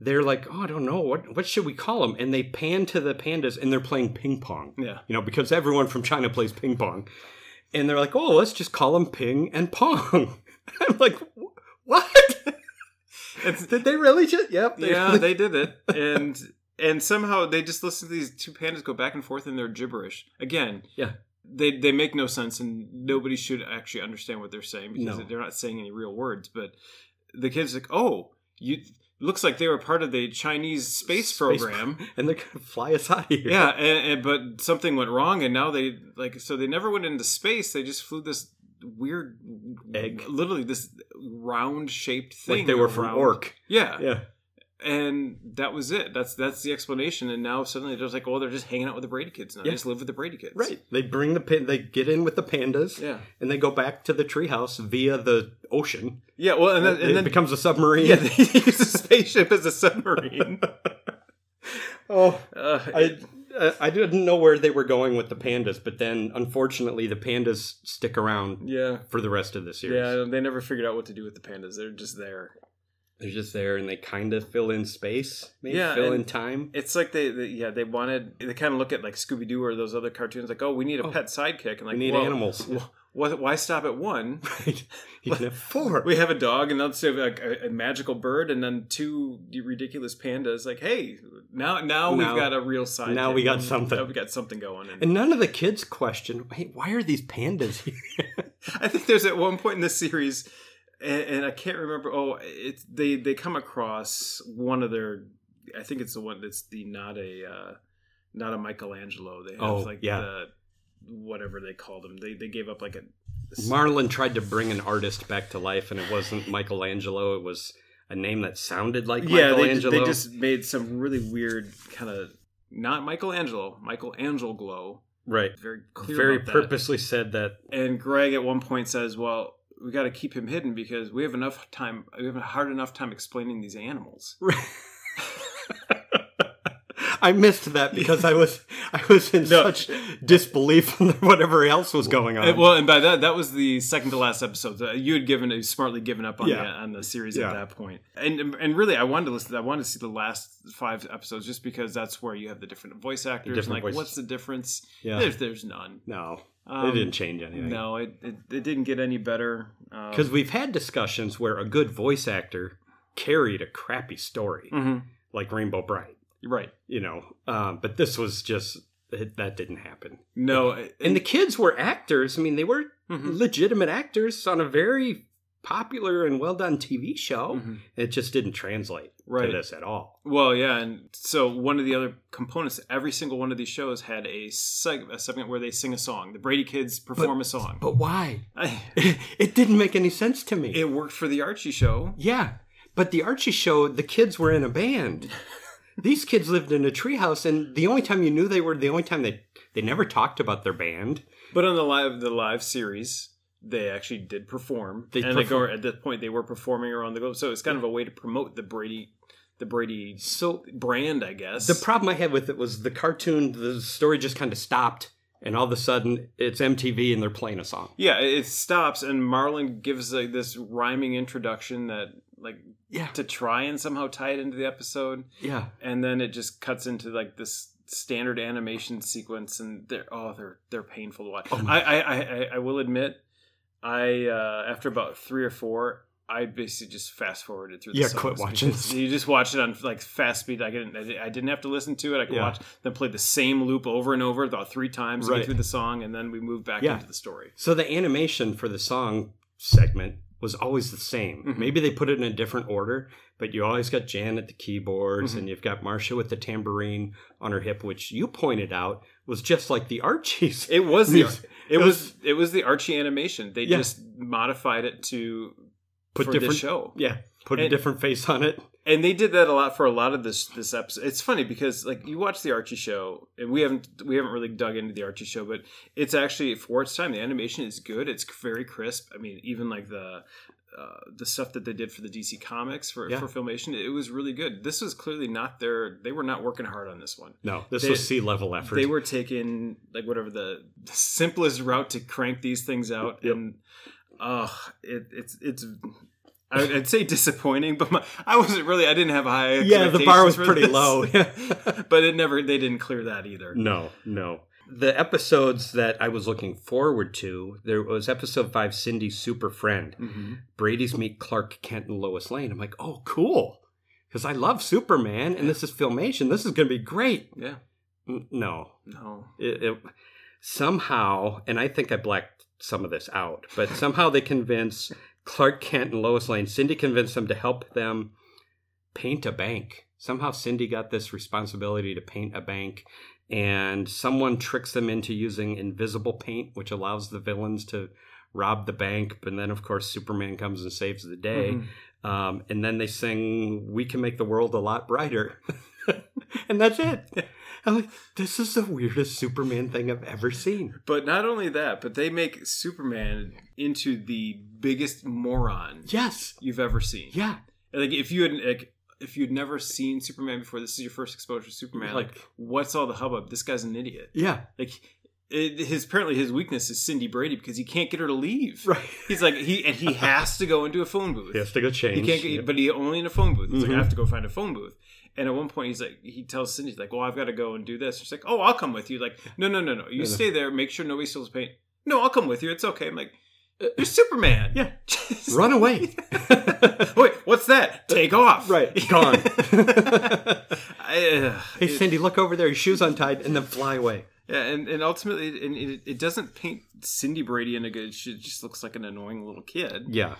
[SPEAKER 4] they're like, oh, I don't know what what should we call them, and they pan to the pandas, and they're playing ping pong.
[SPEAKER 3] Yeah.
[SPEAKER 4] you know, because everyone from China plays ping pong, and they're like, oh, let's just call them ping and pong. I'm like, "Wh- what?
[SPEAKER 3] It's-
[SPEAKER 4] Did they really just? Yep.
[SPEAKER 3] yeah,
[SPEAKER 4] really-
[SPEAKER 3] they did it, and and somehow they just listen to these two pandas go back and forth in their gibberish again.
[SPEAKER 4] Yeah.
[SPEAKER 3] they they make no sense, and nobody should actually understand what they're saying because
[SPEAKER 4] No.
[SPEAKER 3] they're not saying any real words. But the kids like, oh, you looks like they were part of the Chinese space,
[SPEAKER 4] Space pro-
[SPEAKER 3] program.
[SPEAKER 4] and they're gonna fly us out of here.
[SPEAKER 3] yeah, and, and but something went wrong, and now they like so they never went into space. They just flew this weird
[SPEAKER 4] Egg.
[SPEAKER 3] literally this round shaped thing.
[SPEAKER 4] like they were from
[SPEAKER 3] around-
[SPEAKER 4] Orc.
[SPEAKER 3] Yeah,
[SPEAKER 4] Yeah.
[SPEAKER 3] and that was it. That's that's the explanation. And now suddenly they're just like, oh, they're just hanging out with the Brady kids now. They
[SPEAKER 4] Yeah.
[SPEAKER 3] just live with the Brady kids,
[SPEAKER 4] Right. They bring the pin. They get in with the pandas,
[SPEAKER 3] Yeah,
[SPEAKER 4] and they go back to the treehouse via the ocean.
[SPEAKER 3] yeah. Well, and then,
[SPEAKER 4] Uh, it
[SPEAKER 3] and then
[SPEAKER 4] becomes a submarine.
[SPEAKER 3] yeah, they use a spaceship as a submarine.
[SPEAKER 4] oh,
[SPEAKER 3] Uh,
[SPEAKER 4] I I- I didn't know where they were going with the pandas, but then unfortunately the pandas stick around
[SPEAKER 3] yeah,
[SPEAKER 4] for the rest of the series.
[SPEAKER 3] yeah. They never figured out what to do with the pandas. They're just there.
[SPEAKER 4] They're just there and they kind of fill in space, maybe
[SPEAKER 3] Yeah,
[SPEAKER 4] fill
[SPEAKER 3] and-
[SPEAKER 4] in time.
[SPEAKER 3] It's like they, they yeah, they wanted. They kind of look at like Scooby Doo or those other cartoons, like, oh, we need a
[SPEAKER 4] Oh,
[SPEAKER 3] pet sidekick, and like,
[SPEAKER 4] we need
[SPEAKER 3] well,
[SPEAKER 4] animals.
[SPEAKER 3] wh- wh- why stop at one?
[SPEAKER 4] Right. You can have four.
[SPEAKER 3] We have a dog, and let's say like a, a magical bird, and then two ridiculous pandas. Like, hey, now
[SPEAKER 4] Now-
[SPEAKER 3] now we've got a real side.
[SPEAKER 4] now we got something.
[SPEAKER 3] Now we got something going. And,
[SPEAKER 4] and none of the kids question, hey, why are these pandas here?
[SPEAKER 3] I think there's at one point in this series, and, and I can't remember. Oh, it's they they come across one of their. I think it's the one that's the not a uh, not a Michelangelo. They have
[SPEAKER 4] Oh,
[SPEAKER 3] like
[SPEAKER 4] yeah.
[SPEAKER 3] the whatever they called them. They they gave up like a
[SPEAKER 4] Marlin tried to bring an artist back to life, and it wasn't Michelangelo. It was a name that sounded like
[SPEAKER 3] yeah, they,
[SPEAKER 4] Michelangelo.
[SPEAKER 3] they just made some really weird kind of not Michelangelo, Michelangelo glow.
[SPEAKER 4] right.
[SPEAKER 3] Very clear,
[SPEAKER 4] Very
[SPEAKER 3] about that.
[SPEAKER 4] purposely said that.
[SPEAKER 3] And Greg at one point says, "Well, we got to keep him hidden because we have enough time. We have a hard enough time explaining these animals."
[SPEAKER 4] I missed that because I was I was in
[SPEAKER 3] No.
[SPEAKER 4] such disbelief on whatever else was going on.
[SPEAKER 3] And- Uh, well, and by that, that was the second to last episode. So You had given uh, smartly given up on
[SPEAKER 4] Yeah.
[SPEAKER 3] the on the series
[SPEAKER 4] Yeah.
[SPEAKER 3] at that point, and and really, I wanted to listen. I wanted to see the last five episodes just because that's where you have the different voice actors. and,
[SPEAKER 4] different
[SPEAKER 3] like,
[SPEAKER 4] voices.
[SPEAKER 3] what's the difference?
[SPEAKER 4] yeah.
[SPEAKER 3] There's there's none.
[SPEAKER 4] no,
[SPEAKER 3] Um,
[SPEAKER 4] it didn't change anything.
[SPEAKER 3] No, it, it, it didn't get any better. Um,
[SPEAKER 4] Because we've had discussions where a good voice actor carried a crappy story, like Rainbow Bright,
[SPEAKER 3] mm-hmm. right.
[SPEAKER 4] you know. Um, but this was just it, that didn't happen.
[SPEAKER 3] No,
[SPEAKER 4] And Mm-hmm. the kids were actors. I mean, they were
[SPEAKER 3] Mhm.
[SPEAKER 4] legitimate actors on a very popular and well done TV show.
[SPEAKER 3] Mhm.
[SPEAKER 4] It just didn't translate
[SPEAKER 3] Right.
[SPEAKER 4] to this at all.
[SPEAKER 3] Well, yeah, and so one of the other components, every single one of these shows had a, seg- a segment where they sing a song. The Brady kids perform a song.
[SPEAKER 4] But why?
[SPEAKER 3] I-
[SPEAKER 4] it didn't make any sense to me.
[SPEAKER 3] it worked for the Archie show.
[SPEAKER 4] yeah, but the Archie show, the kids were in a band. These kids lived in a treehouse, and the only time you knew they were, the only time they they never talked about their band.
[SPEAKER 3] But on the live the live series, they actually did perform.
[SPEAKER 4] They
[SPEAKER 3] and they go,
[SPEAKER 4] perform-
[SPEAKER 3] at that point they were performing around the globe. So it's kind of a way to promote the Brady the Brady
[SPEAKER 4] So
[SPEAKER 3] brand, I guess.
[SPEAKER 4] the problem I had with it was the cartoon, the story just kind of stopped, and all of a sudden it's MTV and they're playing a song.
[SPEAKER 3] yeah, it it stops and Marlon gives like this rhyming introduction that like
[SPEAKER 4] Yeah,
[SPEAKER 3] to try and somehow tie it into the episode.
[SPEAKER 4] yeah.
[SPEAKER 3] and then it just cuts into like this standard animation sequence and they're oh they're they're painful to watch
[SPEAKER 4] Oh
[SPEAKER 3] I,
[SPEAKER 4] my-
[SPEAKER 3] I i I- i will admit i uh after about three or four i basically just fast forwarded through the
[SPEAKER 4] Yeah, quit
[SPEAKER 3] songs
[SPEAKER 4] watching
[SPEAKER 3] because
[SPEAKER 4] this.
[SPEAKER 3] you just watch it on like fast speed i didn't i di- I didn't have to listen to it i could
[SPEAKER 4] Yeah.
[SPEAKER 3] watch then play the same loop over and over about three times to
[SPEAKER 4] Right.
[SPEAKER 3] get through the song and then we move back
[SPEAKER 4] Yeah.
[SPEAKER 3] into the story
[SPEAKER 4] So the animation for the song segment was always the same.
[SPEAKER 3] Mhm.
[SPEAKER 4] Maybe they put it in a different order, but you always got Jan at the keyboards
[SPEAKER 3] Mhm.
[SPEAKER 4] and you've got Marcia with the tambourine on her hip, which you pointed out was just like the Archies.
[SPEAKER 3] it was the
[SPEAKER 4] Yes.
[SPEAKER 3] it
[SPEAKER 4] It
[SPEAKER 3] was
[SPEAKER 4] was-
[SPEAKER 3] it was the archie animation they
[SPEAKER 4] Yeah.
[SPEAKER 3] just modified it to
[SPEAKER 4] Put
[SPEAKER 3] for this
[SPEAKER 4] different
[SPEAKER 3] show
[SPEAKER 4] Yeah. Put a
[SPEAKER 3] And-
[SPEAKER 4] different face on it.
[SPEAKER 3] and they did that a lot for a lot of this this episode. It's funny because like you watch the Archie show, and we haven't we haven't really dug into the Archie show, but it's actually for its time the animation is good. It's very crisp. I mean, even like the uh, the stuff that they did for the DC Comics for
[SPEAKER 4] Yeah.
[SPEAKER 3] for filmation. It was really good. This was clearly not their. They were not working hard on this one.
[SPEAKER 4] No, this
[SPEAKER 3] They-
[SPEAKER 4] was sea level effort.
[SPEAKER 3] They were taking like whatever the, the simplest route to crank these things out,
[SPEAKER 4] Yep.
[SPEAKER 3] and uh, it, it's it's. I would- I'd say disappointing, but my, I wasn't really. I didn't have high.
[SPEAKER 4] yeah, the bar was
[SPEAKER 3] expectations
[SPEAKER 4] pretty low.
[SPEAKER 3] for this.
[SPEAKER 4] Mm.
[SPEAKER 3] but it never. They didn't clear that either.
[SPEAKER 4] No, no. The episodes that I was looking forward to, there was episode five, Cindy's Super Friend.
[SPEAKER 3] Mhm.
[SPEAKER 4] Brady's meet Clark Kent and Lois Lane. I'm like, oh, cool. Because I love Superman and this is filmation. This is going to be great.
[SPEAKER 3] Yeah.
[SPEAKER 4] N- No.
[SPEAKER 3] No.
[SPEAKER 4] It, it, somehow, and I think I blacked some of this out, but somehow they convince Clark Kent and Lois Lane, Cindy convinced them to help them paint a bank. Somehow Cindy got this responsibility to paint a bank, and someone tricks them into using invisible paint, which allows the villains to rob the bank. But then, of course, Superman comes and saves the day.
[SPEAKER 3] Mhm.
[SPEAKER 4] Um, and then they sing, We Can Make the World a Lot Brighter. and that's it. I'm like, this is the weirdest Superman thing I've ever seen.
[SPEAKER 3] But not only that, but they make Superman into the biggest moron
[SPEAKER 4] Yes.
[SPEAKER 3] you've ever seen.
[SPEAKER 4] Yeah.
[SPEAKER 3] Like if you had like if you'd never seen Superman before, this is your first exposure to Superman. Like,
[SPEAKER 4] Like,
[SPEAKER 3] what's all the hubbub? This guy's an idiot.
[SPEAKER 4] yeah.
[SPEAKER 3] Like it, his apparently his weakness is Cindy Brady because he can't get her to leave.
[SPEAKER 4] Right.
[SPEAKER 3] He's like he and he has to go into a phone booth.
[SPEAKER 4] He has to go change.
[SPEAKER 3] He can't get, but he only in a phone booth. He's like,
[SPEAKER 4] Mhm.
[SPEAKER 3] I have to go find a phone booth. And at one point, he's like, he tells Cindy, he's like, well, I've got to go and do this. She's like, oh, I'll come with you. Like, no, no, no, no. You
[SPEAKER 4] No, no.
[SPEAKER 3] stay there. Make sure nobody steals paint. No, I'll come with you. It's okay. I'm like, "Uh, you're Superman.
[SPEAKER 4] Yeah.
[SPEAKER 3] Just-
[SPEAKER 4] Run away.
[SPEAKER 3] Wait, what's that? Take off.
[SPEAKER 4] Right. Gone.
[SPEAKER 3] I, uh,
[SPEAKER 4] hey,
[SPEAKER 3] it-
[SPEAKER 4] Cindy, look over there. Your shoe's untied, and then fly away.
[SPEAKER 3] yeah, and, and ultimately, it, and it, it doesn't paint Cindy Brady in a good. She just looks like an annoying little kid.
[SPEAKER 4] Yeah.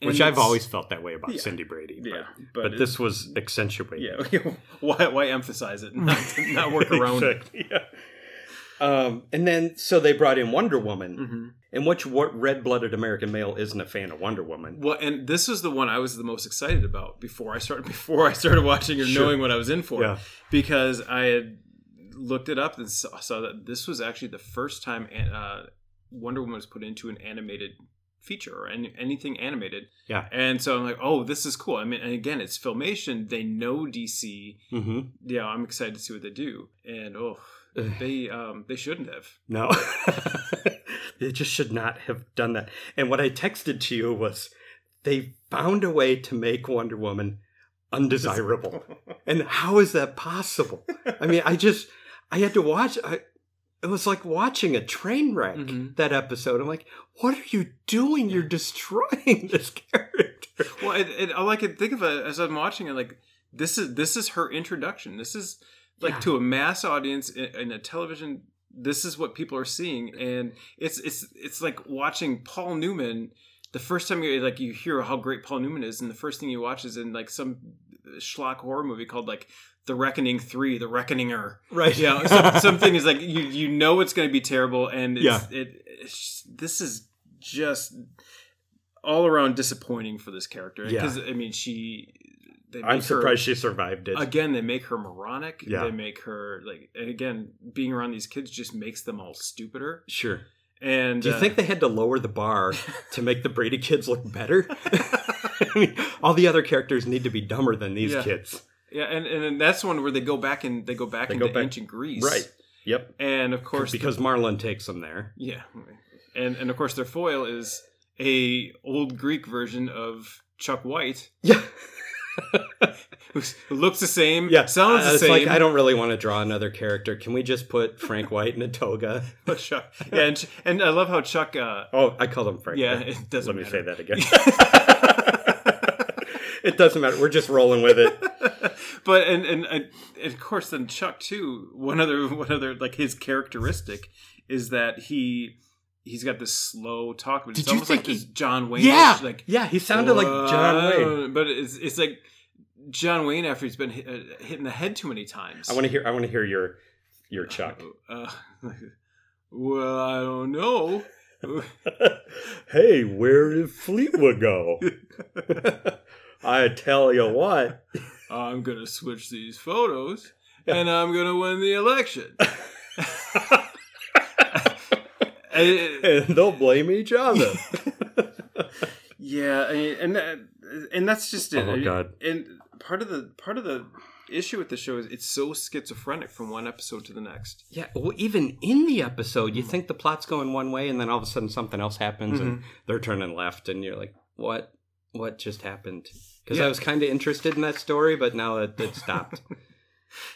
[SPEAKER 3] And
[SPEAKER 4] Which I've
[SPEAKER 3] it's-
[SPEAKER 4] always felt that way about
[SPEAKER 3] Yeah.
[SPEAKER 4] Cindy Brady.
[SPEAKER 3] yeah,
[SPEAKER 4] But,
[SPEAKER 3] it-
[SPEAKER 4] but this was accentuated.
[SPEAKER 3] yeah. why why emphasize it? Not, not work around it.
[SPEAKER 4] Exactly, yeah. Um, and then, so they brought in Wonder Woman.
[SPEAKER 3] hmm
[SPEAKER 4] In which what red-blooded American male isn't a fan of Wonder Woman?
[SPEAKER 3] Well, and this is the one I was the most excited about before I started before I started watching or
[SPEAKER 4] Sure.
[SPEAKER 3] knowing what I was in for
[SPEAKER 4] Yeah.
[SPEAKER 3] because I had looked it up and saw, saw that this was actually the first time an- uh, Wonder Woman was put into an animated feature or any, anything animated.
[SPEAKER 4] Yeah.
[SPEAKER 3] And so I'm like, oh, this is cool. I mean, and again, it's filmation. They know DC.
[SPEAKER 4] Mm-hmm.
[SPEAKER 3] Yeah, I'm excited to see what they do. And oh, they um they shouldn't have.
[SPEAKER 4] No, they just should not have done that. And what I texted to you was, they found a way to make Wonder Woman undesirable. and how is that possible? I mean, I just I had to watch. I, it was like watching a train wreck.
[SPEAKER 3] Mhm.
[SPEAKER 4] That episode, I'm like, what are you doing? You're destroying this character.
[SPEAKER 3] Well, it, it, all I could think of uh, as I'm watching it, like this is this is her introduction. This is like
[SPEAKER 4] Yeah.
[SPEAKER 3] to a mass audience in, in a television. This is what people are seeing, and it's it's it's like watching Paul Newman. The first time you like you hear how great Paul Newman is, and the first thing you watch is in like some schlock horror movie called like The Reckoning Three, The Reckoninger.
[SPEAKER 4] Right.
[SPEAKER 3] Yeah, some, something is like you you know it's going to be terrible, and it's, it it's, this is just all around disappointing for this character
[SPEAKER 4] Yeah.
[SPEAKER 3] because I mean she. They
[SPEAKER 4] I'm
[SPEAKER 3] make
[SPEAKER 4] surprised she survived it.
[SPEAKER 3] Her, again, they make her moronic.
[SPEAKER 4] Yeah.
[SPEAKER 3] They make her like, and again, being around these kids just makes them all stupider.
[SPEAKER 4] Sure.
[SPEAKER 3] And
[SPEAKER 4] Do you
[SPEAKER 3] uh,
[SPEAKER 4] think they had to lower the bar to make the Brady kids look better? I mean, all the other characters need to be dumber than these
[SPEAKER 3] Yeah.
[SPEAKER 4] kids.
[SPEAKER 3] Yeah, and, and then that's one where they go back and they go back
[SPEAKER 4] They
[SPEAKER 3] into
[SPEAKER 4] go back-
[SPEAKER 3] ancient Greece,
[SPEAKER 4] Yep.
[SPEAKER 3] And of course, the-
[SPEAKER 4] because Marlon takes them there.
[SPEAKER 3] Yeah, and and of course their foil is a old Greek version of Chuck White,
[SPEAKER 4] Yeah.
[SPEAKER 3] who s- who looks the same,
[SPEAKER 4] Yeah.
[SPEAKER 3] sounds
[SPEAKER 4] Uh,
[SPEAKER 3] the
[SPEAKER 4] it's
[SPEAKER 3] same.
[SPEAKER 4] like I don't really want to draw another character. Can we just put Frank White in a toga?
[SPEAKER 3] but Chuck. Yeah, and, Ch- and I love how Chuck. Uh,
[SPEAKER 4] Oh, I call him Frank.
[SPEAKER 3] yeah, it doesn't.
[SPEAKER 4] Let me
[SPEAKER 3] matter.
[SPEAKER 4] say that again. it doesn't matter. We're just rolling with it.
[SPEAKER 3] but and, and and and of course then Chuck too. One other one other like his characteristic is that he he's got this slow talk, but it's
[SPEAKER 4] Did you
[SPEAKER 3] almost like
[SPEAKER 4] think
[SPEAKER 3] this John Wayne.
[SPEAKER 4] Yeah.
[SPEAKER 3] like
[SPEAKER 4] Yeah, he sounded like John Wayne.
[SPEAKER 3] Whoa. But it's it's like John Wayne after he's been hit, uh, hit in the head too many times.
[SPEAKER 4] I want to hear. I want to hear your your Chuck.
[SPEAKER 3] Uh, well, I don't know.
[SPEAKER 4] hey, where did Fleetwood go? I tell you what.
[SPEAKER 3] I'm gonna switch these photos, and I'm gonna win the election. And it-
[SPEAKER 4] and they'll blame each other.
[SPEAKER 3] Yeah, I mean, and that, and that's just it.
[SPEAKER 4] Oh,
[SPEAKER 3] I mean,
[SPEAKER 4] God.
[SPEAKER 3] And part of the part of the issue with the show is it's so schizophrenic from one episode to the next.
[SPEAKER 4] Yeah, well, even in the episode, you think the plot's going one way, and then all of a sudden something else happens, and they're turning left, and you're like, "What? What just happened?" Because I
[SPEAKER 3] Yeah.
[SPEAKER 4] was kind of interested in that story, but now it, it stopped.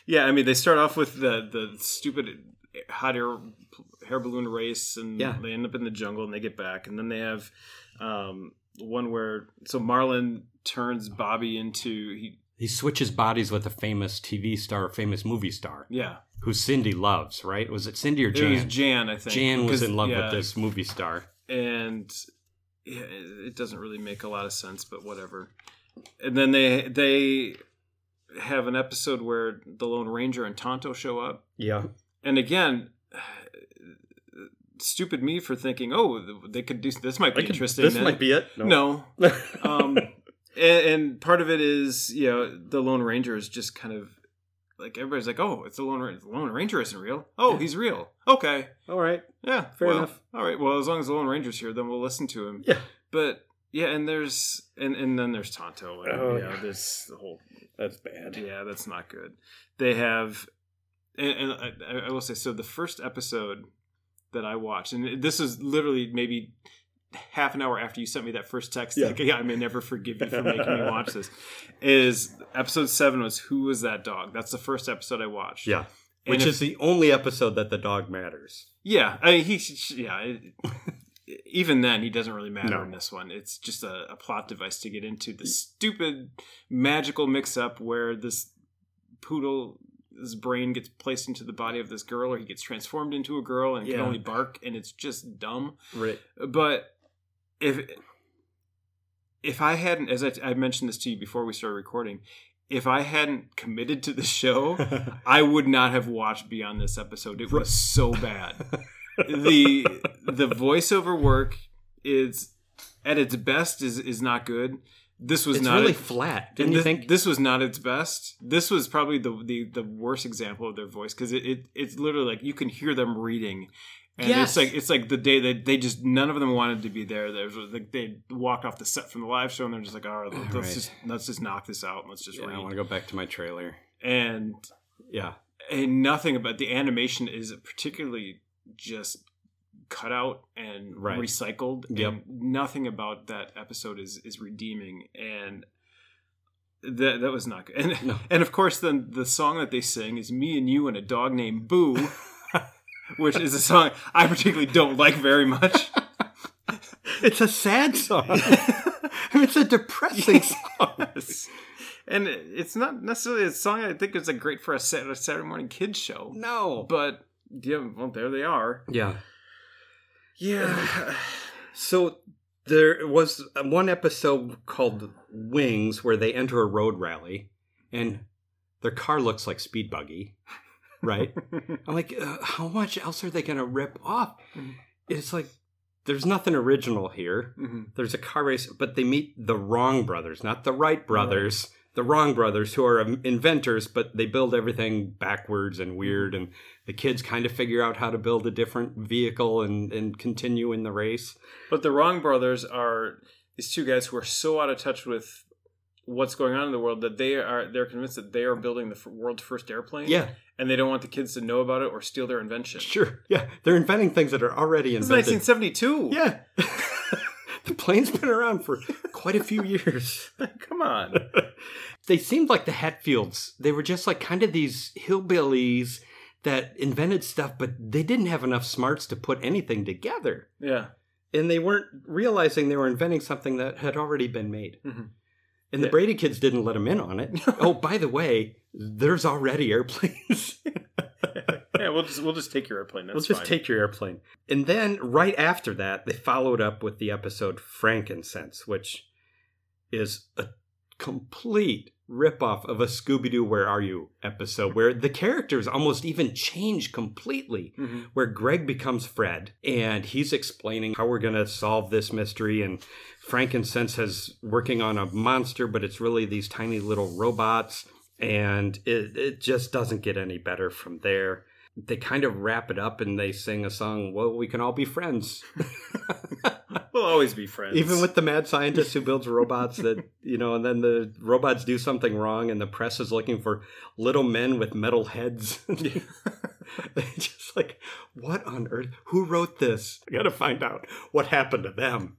[SPEAKER 3] Yeah, I mean, they start off with the the stupid hot air hair balloon race, and
[SPEAKER 4] Yeah.
[SPEAKER 3] they end up in the jungle, and they get back, and then they have um, one where so Marlin turns Bobby into he
[SPEAKER 4] he switches bodies with a famous TV star, famous movie star,
[SPEAKER 3] yeah
[SPEAKER 4] who Cindy loves. Right? Was it Cindy or
[SPEAKER 3] it was
[SPEAKER 4] Jan?
[SPEAKER 3] Jan I think
[SPEAKER 4] Jan was
[SPEAKER 3] 'Cause-
[SPEAKER 4] in love
[SPEAKER 3] yeah,
[SPEAKER 4] with this movie star.
[SPEAKER 3] and yeah, it doesn't really make a lot of sense, but whatever. And then they they have an episode where the Lone Ranger and Tonto show up,
[SPEAKER 4] Yeah.
[SPEAKER 3] and again, stupid me for thinking, oh, they could do this. Might be interesting. then.
[SPEAKER 4] be it.
[SPEAKER 3] no. um, and, and part of it is you know the Lone Ranger is just kind of like everybody's like, oh, it's the Lone Ranger. The Lone Ranger isn't real. Oh, he's real. Okay.
[SPEAKER 2] All right.
[SPEAKER 3] Yeah,
[SPEAKER 2] Fair
[SPEAKER 3] well,
[SPEAKER 2] enough.
[SPEAKER 3] All right. Well, as long as the Lone Ranger's here, then we'll listen to him.
[SPEAKER 4] Yeah.
[SPEAKER 3] But yeah, and there's and and then there's Tonto. And,
[SPEAKER 4] Oh,
[SPEAKER 3] you know,
[SPEAKER 4] yeah.
[SPEAKER 3] This whole
[SPEAKER 4] That's bad.
[SPEAKER 3] yeah, that's not good. They have, and, and I, I will say so. The first episode that I watched, and this is literally maybe half an hour after you sent me that first text.
[SPEAKER 4] Yeah.
[SPEAKER 3] Like, yeah, I may never forgive you for making me watch this. Is episode seven was who was that dog? That's the first episode I watched.
[SPEAKER 4] Yeah.
[SPEAKER 3] And
[SPEAKER 4] Which
[SPEAKER 3] if-
[SPEAKER 4] is the only episode that the dog matters.
[SPEAKER 3] Yeah, I mean, he. sh- Yeah, it, even then, he doesn't really matter
[SPEAKER 4] No.
[SPEAKER 3] in this one. It's just a, a plot device to get into the stupid magical mix-up where this poodle. His brain gets placed into the body of this girl, or he gets transformed into a girl and can
[SPEAKER 4] Yeah.
[SPEAKER 3] only bark, and it's just dumb.
[SPEAKER 4] Right.
[SPEAKER 3] But if if I hadn't, as I, I mentioned this to you before we started recording, if I hadn't committed to the show, I would not have watched beyond this episode. It was so bad. the The voiceover work is at its best is is not good. This was
[SPEAKER 4] It's
[SPEAKER 3] not
[SPEAKER 4] really
[SPEAKER 3] it-
[SPEAKER 4] flat.
[SPEAKER 3] and
[SPEAKER 4] Didn't you
[SPEAKER 3] thi-
[SPEAKER 4] think?
[SPEAKER 3] this was not its best? This was probably the the, the worst example of their voice because it, it it's literally like you can hear them reading. And
[SPEAKER 4] Yes.
[SPEAKER 3] it's like it's like the day that they just none of them wanted to be there. There was like they walked off the set from the live show and they're just like, all right, let's
[SPEAKER 4] Right.
[SPEAKER 3] just let's just knock this out and let's just
[SPEAKER 4] Yeah, I want
[SPEAKER 3] read.
[SPEAKER 4] to go back to my trailer.
[SPEAKER 3] And
[SPEAKER 4] Yeah.
[SPEAKER 3] and nothing about the animation is particularly just cut out and
[SPEAKER 4] Right.
[SPEAKER 3] recycled
[SPEAKER 4] Yep.
[SPEAKER 3] and nothing about that episode is is redeeming and that that was not good and
[SPEAKER 4] No.
[SPEAKER 3] and of course then the song that they sing is me and you and a dog named boo which is a song i particularly don't like very much
[SPEAKER 4] It's a sad song. it's a depressing song.
[SPEAKER 3] and it's not necessarily a song i think is like great for a sat- a saturday morning kids show
[SPEAKER 4] No.
[SPEAKER 3] but yeah well there they are
[SPEAKER 4] Yeah.
[SPEAKER 3] yeah
[SPEAKER 4] So there was one episode called Wings where they enter a road rally and their car looks like speed buggy, right? I'm like, uh, how much else are they going to rip off?
[SPEAKER 3] Mhm.
[SPEAKER 4] It's like there's nothing original here.
[SPEAKER 3] Mm-hmm.
[SPEAKER 4] There's a car race, but they meet the wrong brothers, not the right brothers. The wrong brothers, who are um, inventors, but they build everything backwards and weird, and the kids kind of figure out how to build a different vehicle and, and continue in the race.
[SPEAKER 3] But the Wrong brothers are these two guys who are so out of touch with what's going on in the world that they are they're convinced that they are building the f- world's first airplane.
[SPEAKER 4] Yeah,
[SPEAKER 3] and they don't want the kids to know about it or steal their invention.
[SPEAKER 4] Sure. Yeah. They're inventing things that are already
[SPEAKER 3] This is
[SPEAKER 4] invented.
[SPEAKER 3] 1972.
[SPEAKER 4] Yeah. the plane's been around for quite a few years.
[SPEAKER 3] come on.
[SPEAKER 4] They seemed like the Hatfields. They were just like kind of these hillbillies that invented stuff, but they didn't have enough smarts to put anything together.
[SPEAKER 3] Yeah,
[SPEAKER 4] And they weren't realizing they were inventing something that had already been made.
[SPEAKER 3] Mhm.
[SPEAKER 4] And the
[SPEAKER 3] Yeah.
[SPEAKER 4] Brady kids didn't let them in on it. oh, by the way, there's already airplanes.
[SPEAKER 3] yeah. We'll just we'll just take your airplane. That's
[SPEAKER 4] Let's just
[SPEAKER 3] fine.
[SPEAKER 4] take your airplane. And then right after that, they followed up with the episode Frankincense, which is a complete ripoff of a Scooby Doo Where Are You episode, where the characters almost even change completely
[SPEAKER 3] Mhm.
[SPEAKER 4] where Greg becomes Fred and he's explaining how we're going to solve this mystery. And Frankincense is working on a monster, but it's really these tiny little robots. And it, it just doesn't get any better from there. they kind of wrap it up and they sing a song, Well, we can all be friends.
[SPEAKER 3] We'll always be friends.
[SPEAKER 4] Even with the mad scientist who builds robots that, you know, and then the robots do something wrong and the press is looking for little men with metal heads. They're just like, what on earth? Who wrote this? I gotta find out what happened to them.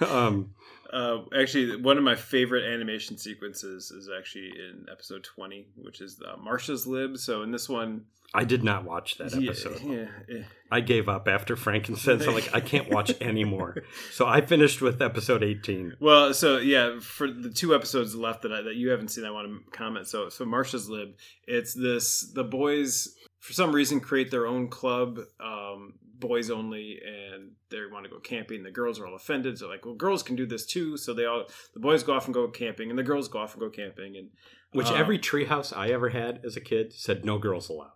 [SPEAKER 4] um,
[SPEAKER 3] uh, actually, one of my favorite animation sequences is actually in episode twenty, which is uh, Marsha's lib. So in this one,
[SPEAKER 4] I did not watch that episode.
[SPEAKER 3] yeah, yeah,
[SPEAKER 4] I gave up after Frankincense. I'm like, I can't watch anymore. So I finished with episode 18.
[SPEAKER 3] Well, so yeah, for the two episodes left that I, that you haven't seen, I want to comment. So, so Marsha's Lib, it's this the boys for some reason create their own club, um, boys only, and they want to go camping. The girls are all offended. So like, well, girls can do this too. So they all the boys go off and go camping, and the girls go off and go camping, and
[SPEAKER 4] Which
[SPEAKER 3] Uh,
[SPEAKER 4] every treehouse I ever had as a kid said no girls allowed.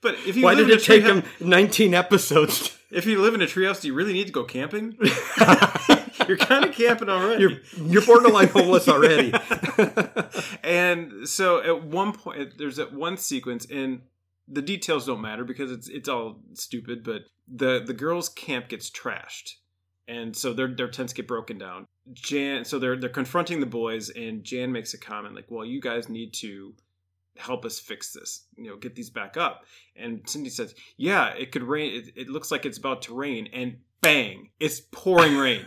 [SPEAKER 3] but if you
[SPEAKER 4] Why
[SPEAKER 3] live
[SPEAKER 4] did
[SPEAKER 3] in
[SPEAKER 4] it
[SPEAKER 3] a
[SPEAKER 4] take
[SPEAKER 3] treehou-
[SPEAKER 4] them 19 episodes?
[SPEAKER 3] If you live in a treehouse, do you really need to go camping?
[SPEAKER 4] to-
[SPEAKER 3] You're kind of camping already.
[SPEAKER 4] you're you're borderline homeless already.
[SPEAKER 3] and so at one point there's that one sequence and the details don't matter because it's it's all stupid but the the girls camp gets trashed and so their their tents get broken down jan so they're they're confronting the boys and jan makes a comment like well you guys need to help us fix this you know get these back up and cindy says yeah it could rain it, it looks like it's about to rain and bang it's pouring rain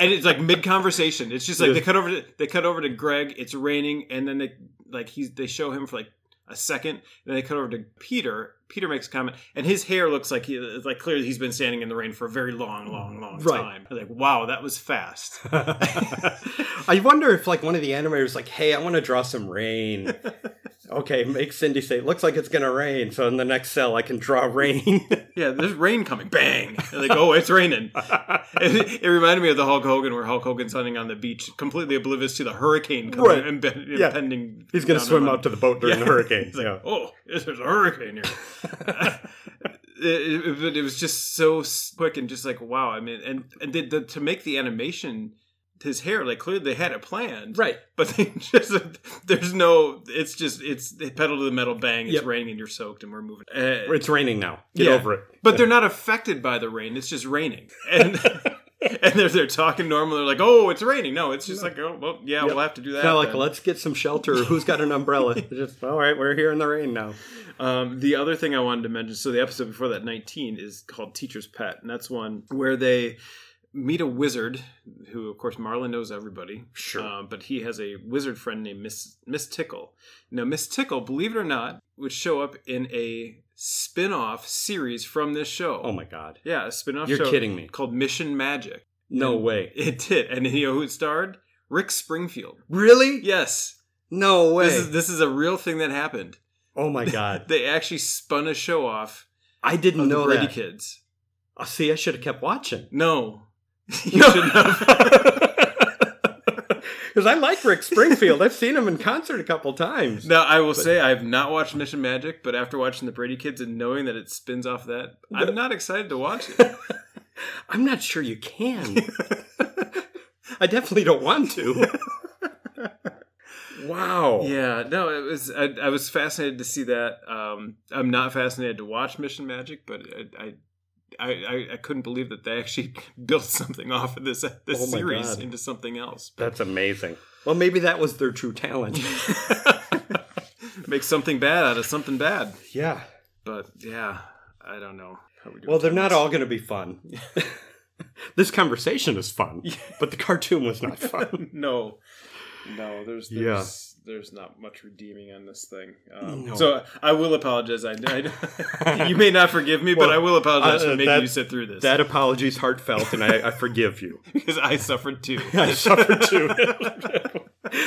[SPEAKER 3] and it's like mid conversation. It's just like
[SPEAKER 4] Yeah.
[SPEAKER 3] they cut over to they cut over to Greg. It's raining, and then they like he's they show him for like a second. Then they cut over to Peter. Peter makes a comment, and his hair looks like he it's like clearly he's been standing in the rain for a very long, long, long
[SPEAKER 4] Right.
[SPEAKER 3] time. I was like, wow, that was fast.
[SPEAKER 4] I wonder if like one of the animators like, hey, I want to draw some rain. Okay, make Cindy say, looks like it's gonna rain. So in the next cell, I can draw rain.
[SPEAKER 3] yeah, there's rain coming. Bang! And like, oh, it's raining. It, it reminded me of the Hulk Hogan, where Hulk Hogan's hunting on the beach, completely oblivious to the hurricane coming
[SPEAKER 4] Right.
[SPEAKER 3] and imbe-
[SPEAKER 4] Yeah.
[SPEAKER 3] impending.
[SPEAKER 4] He's gonna
[SPEAKER 3] down
[SPEAKER 4] swim
[SPEAKER 3] on him.
[SPEAKER 4] out to the boat during
[SPEAKER 3] Yeah.
[SPEAKER 4] the hurricane.
[SPEAKER 3] It's like,
[SPEAKER 4] yeah.
[SPEAKER 3] oh, there's a hurricane here. it, it- but it was just so s- quick and just like wow. I mean, and and the, the, to make the animation, his hair like clearly they had it planned,
[SPEAKER 4] Right.
[SPEAKER 3] But they just there's no. It's just it's pedal to the metal, bang. It's
[SPEAKER 4] Yep.
[SPEAKER 3] raining and you're soaked, and we're moving. Uh,
[SPEAKER 4] It's raining now. Get
[SPEAKER 3] Yeah.
[SPEAKER 4] over it.
[SPEAKER 3] but they're not affected by the rain. It's just raining, and and they're they're talking normal. They're like, oh, it's raining. No, it's just like oh well, yeah,
[SPEAKER 4] Yep.
[SPEAKER 3] we'll have to do that.
[SPEAKER 4] It's not like
[SPEAKER 3] then.
[SPEAKER 4] let's get some shelter. Who's got an umbrella? It's just all right. We're here in the rain now.
[SPEAKER 3] Um, the other thing I wanted to mention, so the episode before that, 19, is called Teacher's Pet, and that's one where they meet a wizard, who of course Marlin knows everybody,
[SPEAKER 4] Sure.
[SPEAKER 3] um, but he has a wizard friend named Miss Miss Tickle. Now Miss Tickle, believe it or not, would show up in a spin-off series from this show.
[SPEAKER 4] oh my god.
[SPEAKER 3] Yeah, a spin-off
[SPEAKER 4] You're
[SPEAKER 3] show
[SPEAKER 4] kidding me.
[SPEAKER 3] called Mission Magic.
[SPEAKER 4] No
[SPEAKER 3] And
[SPEAKER 4] way.
[SPEAKER 3] It did, and you know who it starred? Rick Springfield.
[SPEAKER 4] Really?
[SPEAKER 3] Yes,
[SPEAKER 4] No way.
[SPEAKER 3] this is this is a real thing that happened.
[SPEAKER 4] oh my god.
[SPEAKER 3] They actually spun a show off
[SPEAKER 4] I
[SPEAKER 3] of
[SPEAKER 4] didn't
[SPEAKER 3] the
[SPEAKER 4] know
[SPEAKER 3] Brady
[SPEAKER 4] that.
[SPEAKER 3] Kids.
[SPEAKER 4] Oh, see, I should have kept watching.
[SPEAKER 3] No. you
[SPEAKER 4] No.
[SPEAKER 3] should have.
[SPEAKER 4] Because I like Rick Springfield. I've seen him in concert a couple times.
[SPEAKER 3] Now, I will say I have not watched Mission Magic, but after watching the Brady Kids and knowing that it spins off that, I'm not excited to watch it.
[SPEAKER 4] I'm not sure you can. I definitely don't want to. wow.
[SPEAKER 3] yeah, no, it was. I, I was fascinated to see that. Um, I'm not fascinated to watch Mission Magic, but I, I, I, I- I couldn't believe that they actually built something off of this this
[SPEAKER 4] Oh my
[SPEAKER 3] series
[SPEAKER 4] God.
[SPEAKER 3] into something else.
[SPEAKER 4] That's amazing. Well, maybe that was their true talent.
[SPEAKER 3] Make something bad out of something bad.
[SPEAKER 4] yeah.
[SPEAKER 3] But yeah, I don't know how we do.
[SPEAKER 4] Well, they're not all going to be fun. this conversation is fun, but the cartoon was not fun.
[SPEAKER 3] no no there's
[SPEAKER 4] Yeah.
[SPEAKER 3] there's, there's not much redeeming on this thing um,
[SPEAKER 4] No.
[SPEAKER 3] so i will apologize I, I- you may not forgive me but
[SPEAKER 4] Well,
[SPEAKER 3] i will apologize
[SPEAKER 4] uh,
[SPEAKER 3] for making
[SPEAKER 4] that-
[SPEAKER 3] you sit through this
[SPEAKER 4] that apology is heartfelt, and I, I forgive you.
[SPEAKER 3] because i suffered too
[SPEAKER 4] I suffered too.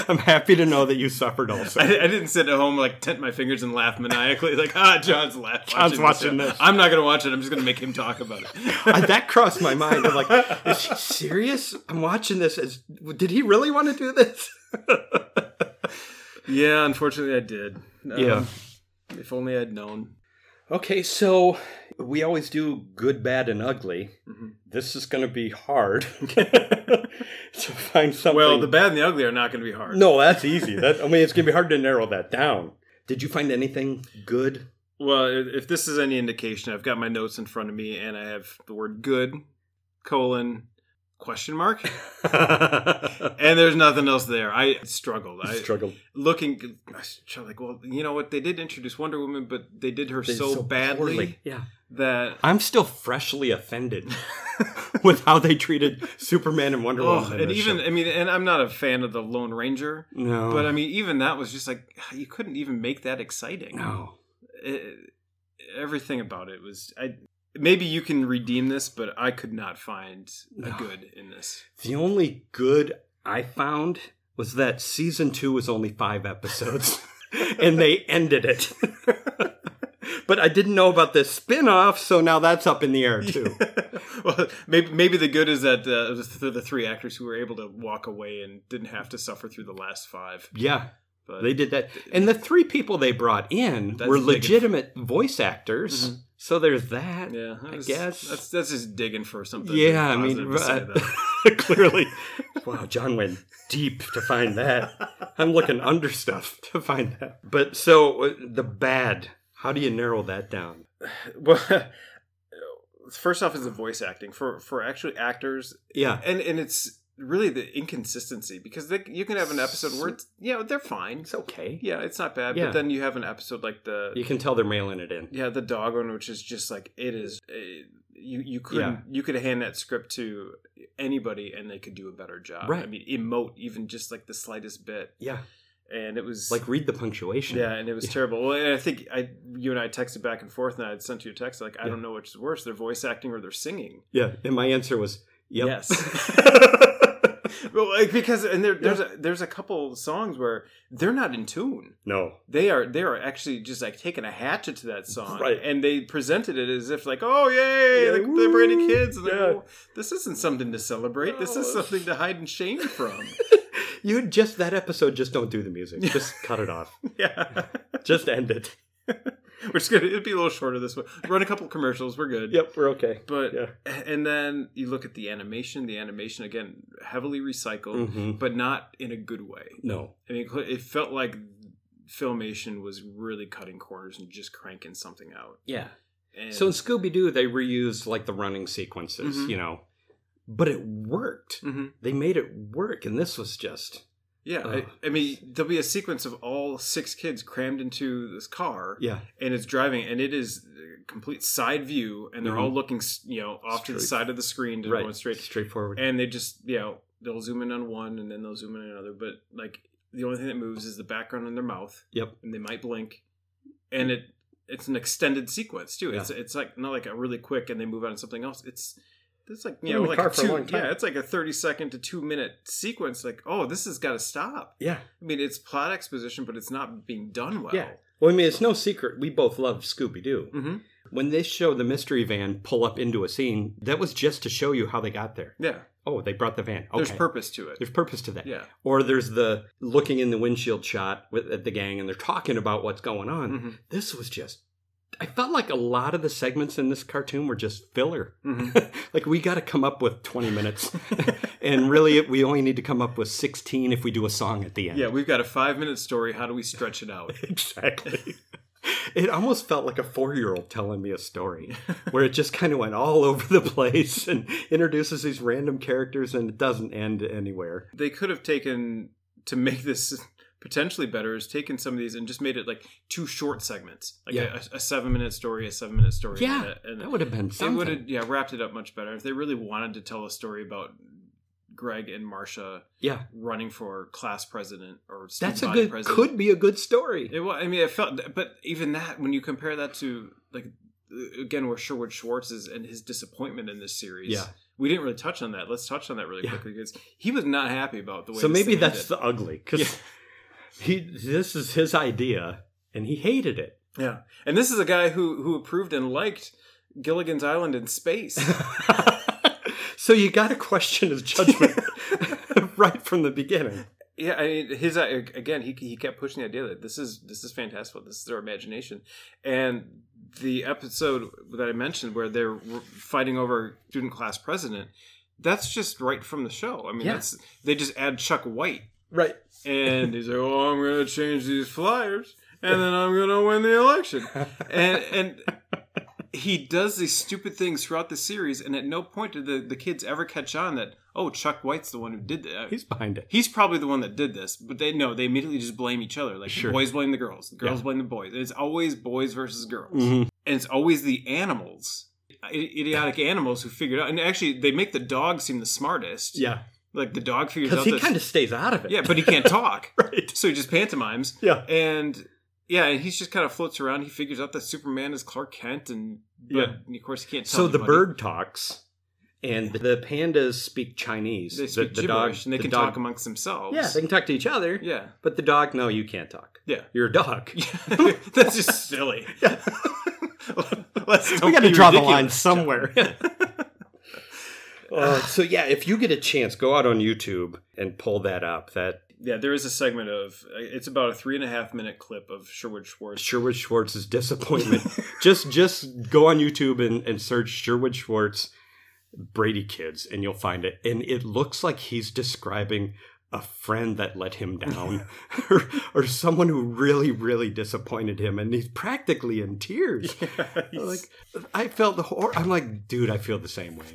[SPEAKER 4] I'm happy to know that you suffered also.
[SPEAKER 3] I, I didn't sit at home like tent my fingers and laugh maniacally like ah john's laugh
[SPEAKER 4] John's watching
[SPEAKER 3] show.
[SPEAKER 4] this.
[SPEAKER 3] i'm not gonna watch it i'm just gonna make him talk about it
[SPEAKER 4] I- that crossed my mind. I'm like, is he serious? I'm watching this. As did he really want to do this?
[SPEAKER 3] yeah unfortunately i did Um,
[SPEAKER 4] Yeah.
[SPEAKER 3] if only i'd known
[SPEAKER 4] Okay, so we always do good, bad, and ugly.
[SPEAKER 3] Mhm.
[SPEAKER 4] This is going to be hard to find something.
[SPEAKER 3] well the bad and the ugly are not gonna be hard
[SPEAKER 4] no, that's easy. That I mean, it's going to be hard to narrow that down. Did you find anything good?
[SPEAKER 3] Well, i- if this is any indication, I've got my notes in front of me, and I have the word "good" colon question mark, and there's nothing else there. I struggled. I
[SPEAKER 4] Struggled.
[SPEAKER 3] looking I was trying, like, well, you know what? They did introduce Wonder Woman, but they did her
[SPEAKER 4] They did
[SPEAKER 3] so,
[SPEAKER 4] so
[SPEAKER 3] badly
[SPEAKER 4] poorly.
[SPEAKER 1] Yeah.
[SPEAKER 3] that
[SPEAKER 4] I'm still freshly offended with how they treated Superman and Wonder
[SPEAKER 3] oh,
[SPEAKER 4] Woman. in
[SPEAKER 3] and
[SPEAKER 4] this
[SPEAKER 3] even
[SPEAKER 4] show.
[SPEAKER 3] I mean, and I'm not a fan of the Lone Ranger,
[SPEAKER 4] no,
[SPEAKER 3] but I mean, even that was just like you couldn't even make that exciting.
[SPEAKER 4] no.
[SPEAKER 3] It- everything about it was I. Maybe you can redeem this, but I could not find a
[SPEAKER 4] No.
[SPEAKER 3] good in this.
[SPEAKER 4] The only good I found was that season two was only five episodes, and they ended it. but I didn't know about this spin-off, so now that's up in the air too.
[SPEAKER 3] well, maybe maybe the good is that uh, it was th- the three actors who were able to walk away and didn't have to suffer through the last five.
[SPEAKER 4] yeah,
[SPEAKER 3] But
[SPEAKER 4] They did that. And the three people they brought in
[SPEAKER 3] That's Mm-hmm.
[SPEAKER 4] were
[SPEAKER 3] big.
[SPEAKER 4] legitimate voice actors. So there's that.
[SPEAKER 3] Yeah, that
[SPEAKER 4] I
[SPEAKER 3] was-
[SPEAKER 4] guess.
[SPEAKER 3] that's that's just digging for something.
[SPEAKER 4] yeah, I mean,
[SPEAKER 3] positive to say
[SPEAKER 4] right.
[SPEAKER 3] that.
[SPEAKER 4] clearly. wow, John went deep to find that. I'm looking under stuff to find that. But so uh, the bad, how do you narrow that down?
[SPEAKER 3] well, first off, is the voice acting for for actually actors,
[SPEAKER 4] Yeah.
[SPEAKER 3] and and it's really the inconsistency because they, you can have an episode where it's, yeah they're fine,
[SPEAKER 4] It's okay.
[SPEAKER 3] yeah it's not bad,
[SPEAKER 4] Yeah.
[SPEAKER 3] but then you have an episode like the
[SPEAKER 4] You can tell they're mailing it in.
[SPEAKER 3] yeah the dog one which is just like it is it, you you could
[SPEAKER 4] Yeah.
[SPEAKER 3] not you could hand that script to anybody and they could do a better job.
[SPEAKER 4] Right.
[SPEAKER 3] I mean, emote even just like the slightest bit,
[SPEAKER 4] Yeah.
[SPEAKER 3] and it was
[SPEAKER 4] Like read the punctuation.
[SPEAKER 3] Yeah, and it was
[SPEAKER 4] Yeah.
[SPEAKER 3] terrible. Well, and I think I, you and I texted back and forth, and I had sent you a text like, I
[SPEAKER 4] Yeah.
[SPEAKER 3] don't know which is worse, their voice acting or their singing.
[SPEAKER 4] Yeah. And my answer was, yep.
[SPEAKER 3] Yes. well, like, because and there, there's a, there's a couple songs where they're not in tune.
[SPEAKER 4] no.
[SPEAKER 3] They are they are actually just like taking a hatchet to that song,
[SPEAKER 4] Right.
[SPEAKER 3] and they presented it as if like, oh yay,
[SPEAKER 4] Yeah,
[SPEAKER 3] the, the Brady
[SPEAKER 4] woo,
[SPEAKER 3] kids. And they're,
[SPEAKER 4] yeah. Oh.
[SPEAKER 3] "Well, this isn't something to celebrate. This is
[SPEAKER 4] No.
[SPEAKER 3] something to hide in shame from.
[SPEAKER 4] You just, that episode, just don't do the music. Just cut it off.
[SPEAKER 3] yeah.
[SPEAKER 4] Just end it.
[SPEAKER 3] We're just gonna it'd be a little shorter this one. Run a couple commercials, we're good.
[SPEAKER 4] Yep, we're okay.
[SPEAKER 3] But
[SPEAKER 4] Yeah.
[SPEAKER 3] and then you look at the animation. The animation again heavily recycled,
[SPEAKER 4] Mm.
[SPEAKER 3] but not in a good way.
[SPEAKER 4] Mm-hmm. No.
[SPEAKER 3] I mean, it felt like filmation was really cutting corners and just cranking something out.
[SPEAKER 4] Yeah.
[SPEAKER 3] And
[SPEAKER 4] So in Scooby Doo, they reused like the running sequences,
[SPEAKER 3] Mhm.
[SPEAKER 4] you know, but it worked.
[SPEAKER 3] Mhm.
[SPEAKER 4] They made it work, and this was just
[SPEAKER 3] yeah,
[SPEAKER 4] Oh.
[SPEAKER 3] I, I mean, there'll be a sequence of all six kids crammed into this car,
[SPEAKER 4] yeah,
[SPEAKER 3] and it's driving, and it is a complete side view, and they're all
[SPEAKER 4] Mhm.
[SPEAKER 3] looking, s- you know, off to the
[SPEAKER 4] Straight-
[SPEAKER 3] side of the screen to
[SPEAKER 4] right,
[SPEAKER 3] going straight.
[SPEAKER 4] straightforward.
[SPEAKER 3] and they just you know they'll zoom in on one and then they'll zoom in on another but like the only thing that moves is the background in their mouth
[SPEAKER 4] Yep.
[SPEAKER 3] and they might blink and it it's an extended sequence too it's it's like not like a really quick and they move on to something else it's it's like you
[SPEAKER 4] They're in the
[SPEAKER 3] know like
[SPEAKER 4] car
[SPEAKER 3] a
[SPEAKER 4] for a
[SPEAKER 3] two,
[SPEAKER 4] long time.
[SPEAKER 3] yeah it's like a 30 second to 2 minute sequence like oh this has got to stop
[SPEAKER 4] yeah,
[SPEAKER 3] i mean it's plot exposition but it's not being done well
[SPEAKER 4] yeah. Well, I mean, it's no secret we both love Scooby Doo.
[SPEAKER 3] hmm
[SPEAKER 4] When they show the mystery van pull up into a scene, that was just to show you how they got there.
[SPEAKER 3] yeah
[SPEAKER 4] Oh, they brought the van. Okay.
[SPEAKER 3] there's purpose to it
[SPEAKER 4] There's purpose to that.
[SPEAKER 3] yeah
[SPEAKER 4] Or there's the looking in the windshield shot with at the gang, and they're talking about what's going on.
[SPEAKER 3] Mhm.
[SPEAKER 4] This was just. I felt like a lot of the segments in this cartoon were just filler.
[SPEAKER 3] Mhm.
[SPEAKER 4] like we got to come up with 20 minutes and really we only need to come up with 16 if we do a song at the end
[SPEAKER 3] yeah we've got a five minute story how do we stretch it out
[SPEAKER 4] exactly it almost felt like a four-year-old telling me a story where it just kind of went all over the place and introduces these random characters and it doesn't end anywhere
[SPEAKER 3] they could have taken to make this potentially better is taken some of these and just made it like two short segments like
[SPEAKER 4] Yeah.
[SPEAKER 3] a, a seven minute story a seven minute story
[SPEAKER 4] Yeah,
[SPEAKER 3] and,
[SPEAKER 4] that would have been
[SPEAKER 3] they would
[SPEAKER 4] something
[SPEAKER 3] have yeah wrapped it up much better if they really wanted to tell a story about greg and Marcia
[SPEAKER 4] yeah
[SPEAKER 3] running for class president or student
[SPEAKER 4] that's a
[SPEAKER 3] body
[SPEAKER 4] good
[SPEAKER 3] president
[SPEAKER 4] could be a good story
[SPEAKER 3] it, well, I mean, it felt, but even that, when you compare that to like uh, again, where Sherwood Schwartz is and his disappointment in this series,
[SPEAKER 4] Yeah.
[SPEAKER 3] we didn't really touch on that. Let's touch on that really
[SPEAKER 4] Yeah.
[SPEAKER 3] quickly because he was not happy about the way.
[SPEAKER 4] so
[SPEAKER 3] this
[SPEAKER 4] maybe
[SPEAKER 3] thing
[SPEAKER 4] that's
[SPEAKER 3] ended.
[SPEAKER 4] the ugly because he this is his idea and he hated it
[SPEAKER 3] yeah, and this is a guy who who approved and liked Gilligan's Island in space.
[SPEAKER 4] so you got to question his judgment right from the beginning.
[SPEAKER 3] yeah, I mean, his uh, again, he he kept pushing the idea that this is this is fantastical. This is their imagination, and the episode that I mentioned where they're fighting over student class president. That's just right from the show. I mean,
[SPEAKER 4] Yeah.
[SPEAKER 3] that's they just add Chuck White
[SPEAKER 4] Right.
[SPEAKER 3] and he's like, "Oh, I'm gonna change these flyers," and then I'm gonna win the election. And and he does these stupid things throughout the series, and at no point did the, the kids ever catch on that oh Chuck White's the one who did that.
[SPEAKER 4] He's behind it.
[SPEAKER 3] He's probably the one that did this, but they no, they immediately just blame each other. Like
[SPEAKER 4] Sure.
[SPEAKER 3] the boys blame the girls, the girls
[SPEAKER 4] Yeah.
[SPEAKER 3] blame the boys. And it's always boys versus girls,
[SPEAKER 4] Mhm.
[SPEAKER 3] and it's always the animals, i- idiotic animals who figured out. And actually, they make the dog seem the smartest.
[SPEAKER 4] Yeah,
[SPEAKER 3] like the dog figures out.
[SPEAKER 4] because he
[SPEAKER 3] this-
[SPEAKER 4] kind of stays out of it.
[SPEAKER 3] yeah, but he can't talk,
[SPEAKER 4] right.
[SPEAKER 3] so he just pantomimes.
[SPEAKER 4] Yeah.
[SPEAKER 3] And yeah, and he's just kind of floats around. He figures out that Superman is Clark Kent, and but of course he can't. Tell
[SPEAKER 4] So the
[SPEAKER 3] anybody.
[SPEAKER 4] bird talks, and the pandas speak Chinese.
[SPEAKER 3] they
[SPEAKER 4] The-
[SPEAKER 3] speak
[SPEAKER 4] the,
[SPEAKER 3] gibberish, and they
[SPEAKER 4] the
[SPEAKER 3] can
[SPEAKER 4] dog-
[SPEAKER 3] talk amongst themselves.
[SPEAKER 4] Yeah, they can talk to each other.
[SPEAKER 3] yeah,
[SPEAKER 4] But the dog, no, you can't talk.
[SPEAKER 3] yeah.
[SPEAKER 4] You're a dog.
[SPEAKER 3] That's just silly. Let's
[SPEAKER 4] we
[SPEAKER 3] don't
[SPEAKER 4] got to
[SPEAKER 3] be
[SPEAKER 4] draw the
[SPEAKER 3] ridiculous.
[SPEAKER 4] line somewhere. Uh, so yeah, if you get a chance, go out on YouTube and pull that up. That
[SPEAKER 3] Yeah, there is a segment of it's about a three and a half minute clip of Sherwood Schwartz.
[SPEAKER 4] Sherwood Schwartz's disappointment. just just go on YouTube and, and search Sherwood Schwartz Brady Kids, and you'll find it. And it looks like he's describing a friend that let him down, or, or someone who really really disappointed him, and he's practically in tears.
[SPEAKER 3] He's-
[SPEAKER 4] Like I felt the horror. I'm like, dude, I feel the same way.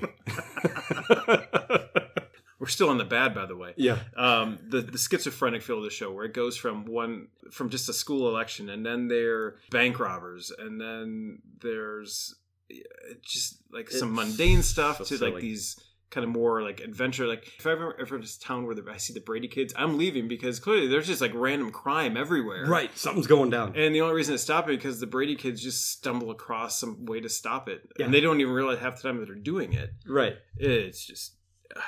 [SPEAKER 3] We're still on the bad, by the way.
[SPEAKER 4] yeah.
[SPEAKER 3] um, the the schizophrenic feel of the show, where it goes from one from just a school election, and then they're bank robbers, and then there's uh, just like
[SPEAKER 4] It's
[SPEAKER 3] some mundane stuff
[SPEAKER 4] so
[SPEAKER 3] to like
[SPEAKER 4] silly.
[SPEAKER 3] these kind of more like adventure. Like if I ever if I'm in this town where the, I see the Brady kids, I'm leaving because clearly there's just like random crime everywhere.
[SPEAKER 4] Right, something's going down.
[SPEAKER 3] And the only reason it's stopping because the Brady kids just stumble across some way to stop it,
[SPEAKER 4] Yeah.
[SPEAKER 3] and they don't even realize half the time that they're doing it
[SPEAKER 4] right.
[SPEAKER 3] it's just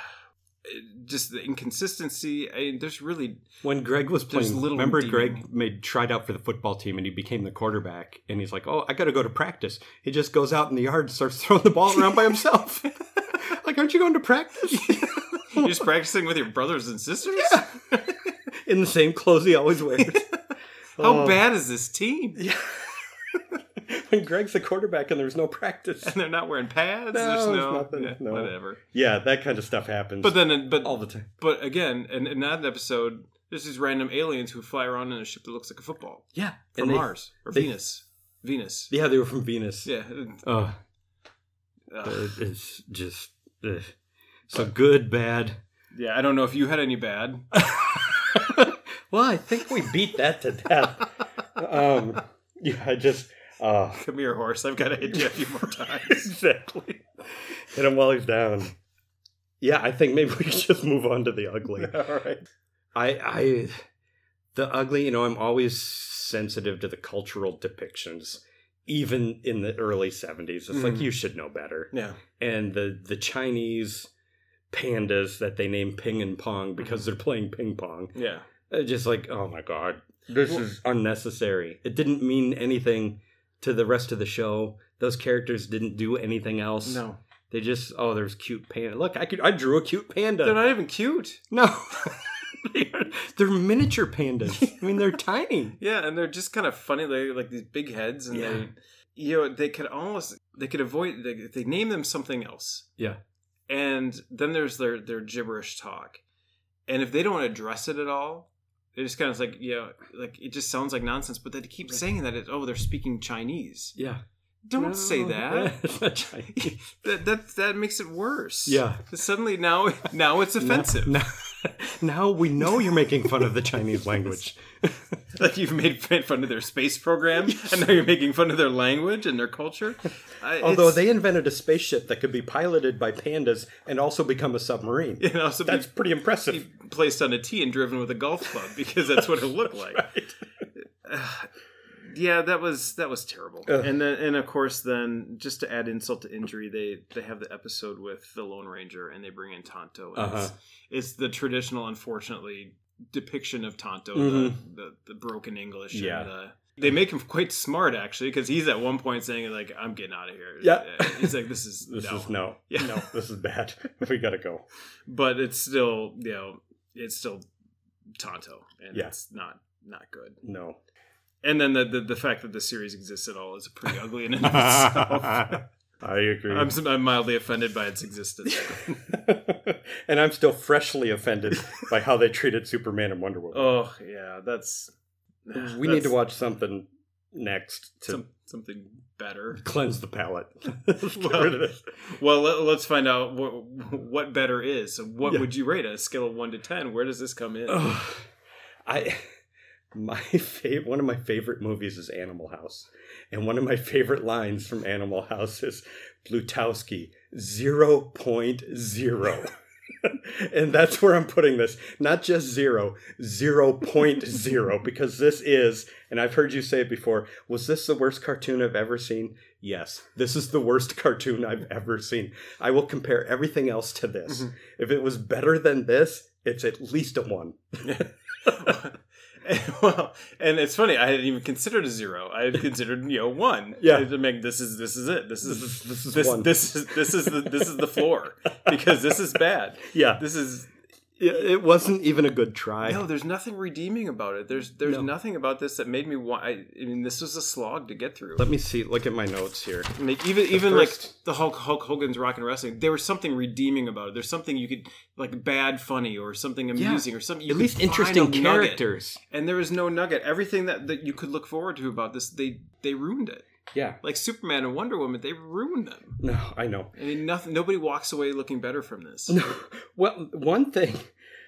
[SPEAKER 3] it- just the inconsistency I mean, there's really
[SPEAKER 4] When Greg was
[SPEAKER 3] There's
[SPEAKER 4] playing,
[SPEAKER 3] little
[SPEAKER 4] remember
[SPEAKER 3] redeeming.
[SPEAKER 4] Greg made tried out for the football team and he became the quarterback and he's like, "Oh, I got to go to practice." He just goes out in the yard and starts throwing the ball around by himself. like, "Aren't you going to practice?"
[SPEAKER 3] you're just practicing with your brothers and sisters
[SPEAKER 4] in the same clothes he always wears.
[SPEAKER 3] how
[SPEAKER 4] Oh.
[SPEAKER 3] bad is this team
[SPEAKER 4] Yeah. when Greg's the quarterback and there's no practice.
[SPEAKER 3] and they're not wearing pads
[SPEAKER 4] No,
[SPEAKER 3] there's
[SPEAKER 4] there's
[SPEAKER 3] no,
[SPEAKER 4] nothing,
[SPEAKER 3] yeah,
[SPEAKER 4] no.
[SPEAKER 3] whatever
[SPEAKER 4] Yeah, that kind of stuff happens.
[SPEAKER 3] but then but
[SPEAKER 4] all the time.
[SPEAKER 3] but again in, in that episode there's these random aliens who fly around in a ship that looks like a football
[SPEAKER 4] Yeah,
[SPEAKER 3] from
[SPEAKER 4] and they-
[SPEAKER 3] mars or
[SPEAKER 4] they-
[SPEAKER 3] venus venus
[SPEAKER 4] Yeah, they were from Venus.
[SPEAKER 3] yeah
[SPEAKER 4] Oh,
[SPEAKER 3] Ugh.
[SPEAKER 4] it- it's just ugh. so good, bad.
[SPEAKER 3] yeah i don't know if you had any bad
[SPEAKER 4] well, I think we beat that to death. Um, yeah, I just uh,
[SPEAKER 3] come here horse i've got to hit you a few more times
[SPEAKER 4] exactly hit him while he's down. Yeah, I think maybe we should just move on to the ugly.
[SPEAKER 3] all right
[SPEAKER 4] I, I, the ugly. You know, I'm always sensitive to the cultural depictions, even in the early '70s. It's like
[SPEAKER 3] Mhm.
[SPEAKER 4] you should know better.
[SPEAKER 3] yeah
[SPEAKER 4] And the the Chinese pandas that they name ping and pong because they're playing ping pong.
[SPEAKER 3] yeah
[SPEAKER 4] Uh, just like oh my god this
[SPEAKER 3] Well-
[SPEAKER 4] is unnecessary it didn't mean anything to the rest of the show those characters didn't do anything else
[SPEAKER 3] no
[SPEAKER 4] they just oh there's cute panda look i could i drew a cute panda
[SPEAKER 3] they're not even cute
[SPEAKER 4] no They are- they're miniature pandas i mean they're tiny
[SPEAKER 3] Yeah, and they're just kind of funny. They like these big heads, and
[SPEAKER 4] Yeah.
[SPEAKER 3] they, you know, they could almost they could avoid they, they name them something else.
[SPEAKER 4] Yeah.
[SPEAKER 3] and then there's their their gibberish talk, and if they don't address it at all, they're just kind of like you know, like it just sounds like nonsense. But they keep saying that it's oh they're speaking Chinese.
[SPEAKER 4] yeah
[SPEAKER 3] Don't say that.
[SPEAKER 4] It's not tiny.
[SPEAKER 3] that that that makes it worse.
[SPEAKER 4] yeah
[SPEAKER 3] Suddenly now now it's offensive.
[SPEAKER 4] now, now we know you're making fun of the chinese language
[SPEAKER 3] like you've made fun of their space program, and now you're making fun of their language and their culture. I,
[SPEAKER 4] although
[SPEAKER 3] it's-
[SPEAKER 4] they invented a spaceship that could be piloted by pandas and also become a submarine
[SPEAKER 3] and also
[SPEAKER 4] that's
[SPEAKER 3] be,
[SPEAKER 4] pretty impressive
[SPEAKER 3] be placed on a tee and driven with a golf club because that's what it looked like. Yeah, that was that was terrible.
[SPEAKER 4] Ugh.
[SPEAKER 3] And then and of course then just to add insult to injury, they they have the episode with the Lone Ranger and they bring in Tonto. And it's,
[SPEAKER 4] Uh-huh.
[SPEAKER 3] it's the traditional, unfortunately, depiction of Tonto,
[SPEAKER 4] Mhm.
[SPEAKER 3] the, the the broken English.
[SPEAKER 4] Yeah.
[SPEAKER 3] And the, they make him quite smart actually because he's at one point saying like, "I'm getting out of here." Uh,
[SPEAKER 4] Yeah.
[SPEAKER 3] he's like, "This is
[SPEAKER 4] This
[SPEAKER 3] no.
[SPEAKER 4] is no,
[SPEAKER 3] Yeah.
[SPEAKER 4] no, this is bad. we gotta go.
[SPEAKER 3] but it's still you know it's still Tonto, and
[SPEAKER 4] Yeah.
[SPEAKER 3] it's not not good.
[SPEAKER 4] No.
[SPEAKER 3] And then the, the the fact that the series exists at all is pretty ugly in and of itself.
[SPEAKER 4] I agree.
[SPEAKER 3] I'm, s- I'm mildly offended by its existence.
[SPEAKER 4] and I'm still freshly offended by how they treated Superman and Wonder Woman.
[SPEAKER 3] oh yeah, that's
[SPEAKER 4] we need to watch something next to
[SPEAKER 3] some, something better.
[SPEAKER 4] cleanse the palate. Let's get rid of it.
[SPEAKER 3] Well, let, us find out what what better is. So what
[SPEAKER 4] Yeah. Oh.
[SPEAKER 3] would you rate on a scale of one to ten? Where does this come in?
[SPEAKER 4] Ugh. I my favorite one of my favorite movies is Animal House, and one of my favorite lines from Animal House is Blutowski 0.0. and that's where I'm putting this. Not just zero, 0.0, because this is, and I've heard you say it before, was this the worst cartoon I've ever seen? Yes, this is the worst cartoon I've ever seen. I will compare everything else to this.
[SPEAKER 3] Mhm.
[SPEAKER 4] If it was better than this, it's at least a one.
[SPEAKER 3] And, well, and it's funny. I hadn't even considered a zero. I had considered you know one.
[SPEAKER 4] Yeah.
[SPEAKER 3] I mean, this is this is it. This
[SPEAKER 4] This
[SPEAKER 3] is
[SPEAKER 4] is this is
[SPEAKER 3] this
[SPEAKER 4] one.
[SPEAKER 3] this is this is the this is the floor because this is bad.
[SPEAKER 4] yeah,
[SPEAKER 3] This is
[SPEAKER 4] it, it wasn't even a good try.
[SPEAKER 3] no. There's nothing redeeming about it. There's there's
[SPEAKER 4] No.
[SPEAKER 3] nothing about this that made me want. I, I mean, this was a slog to get through.
[SPEAKER 4] Let me see. Look at my notes here.
[SPEAKER 3] Like even even like
[SPEAKER 4] first-
[SPEAKER 3] the Hulk Hulk Hogan's Rock and Wrestling, there was something redeeming about it. There's something you could like bad funny or something amusing or something. You
[SPEAKER 5] At
[SPEAKER 3] could
[SPEAKER 5] least
[SPEAKER 3] find a
[SPEAKER 5] interesting
[SPEAKER 3] nugget.
[SPEAKER 5] characters.
[SPEAKER 3] And there was no nugget. Everything that, that you could look forward to about this, they they ruined it.
[SPEAKER 4] Yeah.
[SPEAKER 3] Like Superman and Wonder Woman, they ruined them.
[SPEAKER 4] No, I know.
[SPEAKER 3] I mean, nothing. Nobody walks away looking better from this.
[SPEAKER 4] No. Well, one thing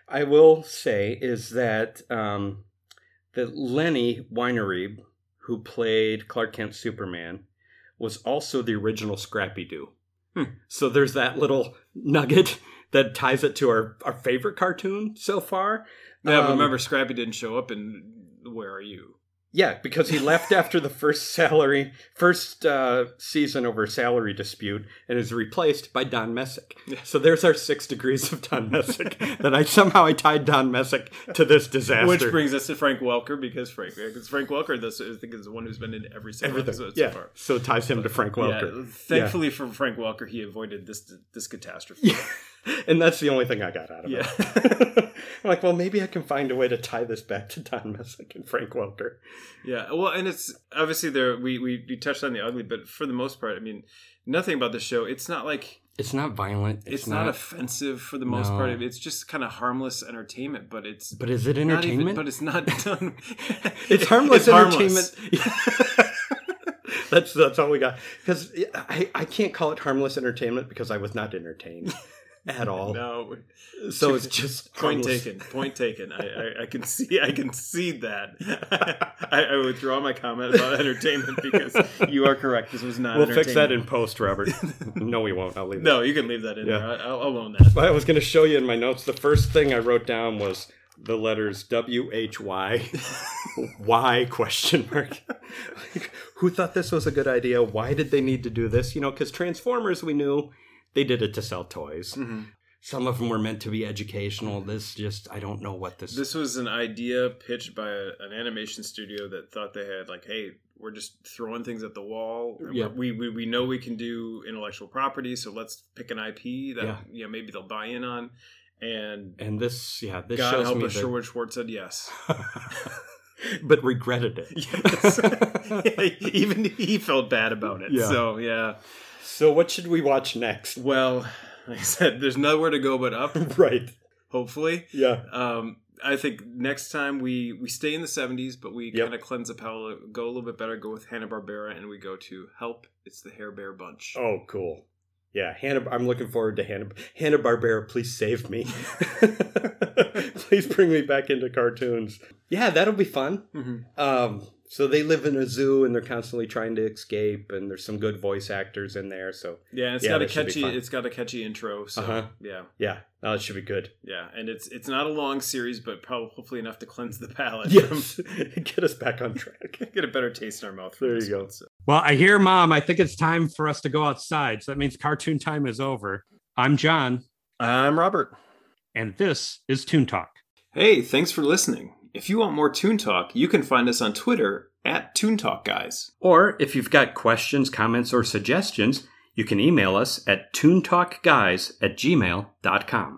[SPEAKER 4] I will say is that um, that Lenny Weinerib, who played Clark Kent Superman, was also the original Scrappy Doo.
[SPEAKER 3] Hmm.
[SPEAKER 4] So there's that little nugget that ties it to our, our favorite cartoon so far.
[SPEAKER 3] Yeah, but
[SPEAKER 4] Um,
[SPEAKER 3] remember, Scrappy didn't show up. And where are you?
[SPEAKER 4] Yeah, because he left after the first salary, first uh, season over a salary dispute, and is replaced by Don Messick.
[SPEAKER 3] Yeah.
[SPEAKER 4] So there's our six degrees of Don Messick. that I somehow I tied Don Messick to this disaster.
[SPEAKER 3] Which brings us to Frank Welker because Frank because Frank Welker, this I think is the one who's been in every single
[SPEAKER 4] everything.
[SPEAKER 3] episode
[SPEAKER 4] yeah.
[SPEAKER 3] so far.
[SPEAKER 4] So it ties him to Frank Welker.
[SPEAKER 3] Yeah, thankfully for Frank Welker, he avoided this this catastrophe.
[SPEAKER 4] Yeah. And that's the only thing I got out of
[SPEAKER 3] Yeah.
[SPEAKER 4] it. I'm like, well, maybe I can find a way to tie this back to Don Messick and Frank Welker.
[SPEAKER 3] Yeah, well, and it's obviously there. We, we we touched on the ugly, but for the most part, I mean, nothing about the show. It's not like
[SPEAKER 5] It's not violent.
[SPEAKER 3] it's, not, offensive for the most
[SPEAKER 5] No.
[SPEAKER 3] part. It's just kind of harmless entertainment, but it's
[SPEAKER 5] But is it
[SPEAKER 3] not even-
[SPEAKER 5] entertainment?
[SPEAKER 3] but it's not done.
[SPEAKER 4] It's harmless
[SPEAKER 3] harmless.
[SPEAKER 4] entertainment. that's that's all we got. Because I, I can't call it harmless entertainment because I was not entertained at all.
[SPEAKER 3] No,
[SPEAKER 4] So it's just
[SPEAKER 3] point
[SPEAKER 4] harmless.
[SPEAKER 3] taken. Point taken. I, I, I can see I can see that. I, I withdraw my comment about entertainment because you are correct. This was not.
[SPEAKER 4] We'll fix that
[SPEAKER 3] entertainment.
[SPEAKER 4] in post, Robert. no, we won't. I'll leave it.
[SPEAKER 3] No, you can leave that in
[SPEAKER 4] Yeah.
[SPEAKER 3] there. I, I'll, I'll own that.
[SPEAKER 4] Well, I was going to show you in my notes. The first thing I wrote down was the letters W H Y Y question mark. Like, who thought this was a good idea? Why did they need to do this? You know, because Transformers, we knew they did it to sell toys.
[SPEAKER 5] Mm-hmm. Some of them were meant to be educational. This just, I don't know what this.
[SPEAKER 3] This was an idea pitched by a, an animation studio that thought they had like, hey, we're just throwing things at the wall. and
[SPEAKER 5] Yeah.
[SPEAKER 3] We, we we know we can do intellectual property, so let's pick an IP that
[SPEAKER 5] Yeah.
[SPEAKER 3] you know maybe they'll buy in on. And
[SPEAKER 5] and this, yeah, this
[SPEAKER 3] God
[SPEAKER 5] shows
[SPEAKER 3] help
[SPEAKER 5] me
[SPEAKER 3] us,
[SPEAKER 5] that.
[SPEAKER 3] Sherwood Schwartz said yes.
[SPEAKER 4] but regretted it.
[SPEAKER 3] yes. Even he felt bad about it.
[SPEAKER 4] Yeah.
[SPEAKER 3] So yeah.
[SPEAKER 4] So, what should we watch next?
[SPEAKER 3] Well, like I said there's nowhere to go but up.
[SPEAKER 4] Right.
[SPEAKER 3] Hopefully.
[SPEAKER 4] Yeah.
[SPEAKER 3] Um, I think next time we we stay in the 70s, but we
[SPEAKER 4] Yep.
[SPEAKER 3] kind of cleanse the palate, go a little bit better, go with Hanna Barbera, and we go to Help! It's the Hair Bear Bunch.
[SPEAKER 4] Oh, cool. Yeah, Hannah. I'm looking forward to Hannah. Hannah Barbera, please save me. please bring me back into cartoons. Yeah, that'll be fun.
[SPEAKER 3] Mhm.
[SPEAKER 4] Um, so they live in a zoo and they're constantly trying to escape, and there's some good voice actors in there. So
[SPEAKER 3] Yeah, and it's
[SPEAKER 4] Yeah,
[SPEAKER 3] got a
[SPEAKER 4] that should be
[SPEAKER 3] catchy.
[SPEAKER 4] fun.
[SPEAKER 3] It's got a catchy intro. So
[SPEAKER 4] Uh-huh.
[SPEAKER 3] yeah,
[SPEAKER 4] yeah, oh, it should be good.
[SPEAKER 3] yeah, and it's it's not a long series, but probably hopefully enough to cleanse the palate.
[SPEAKER 4] Yes, get us back on track.
[SPEAKER 3] Get a better taste in our mouth. from
[SPEAKER 4] There you
[SPEAKER 3] this
[SPEAKER 4] go.
[SPEAKER 3] one, so.
[SPEAKER 1] Well, I hear mom. I think it's time for us to go outside. So that means cartoon time is over. I'm John,
[SPEAKER 2] I'm Robert.
[SPEAKER 1] and this is Toon Talk.
[SPEAKER 3] Hey, thanks for listening. If you want more Toon Talk, you can find us on Twitter at Toon Talk Guys.
[SPEAKER 4] Or if you've got questions, comments, or suggestions, you can email us at toontalkguys at gmail.com.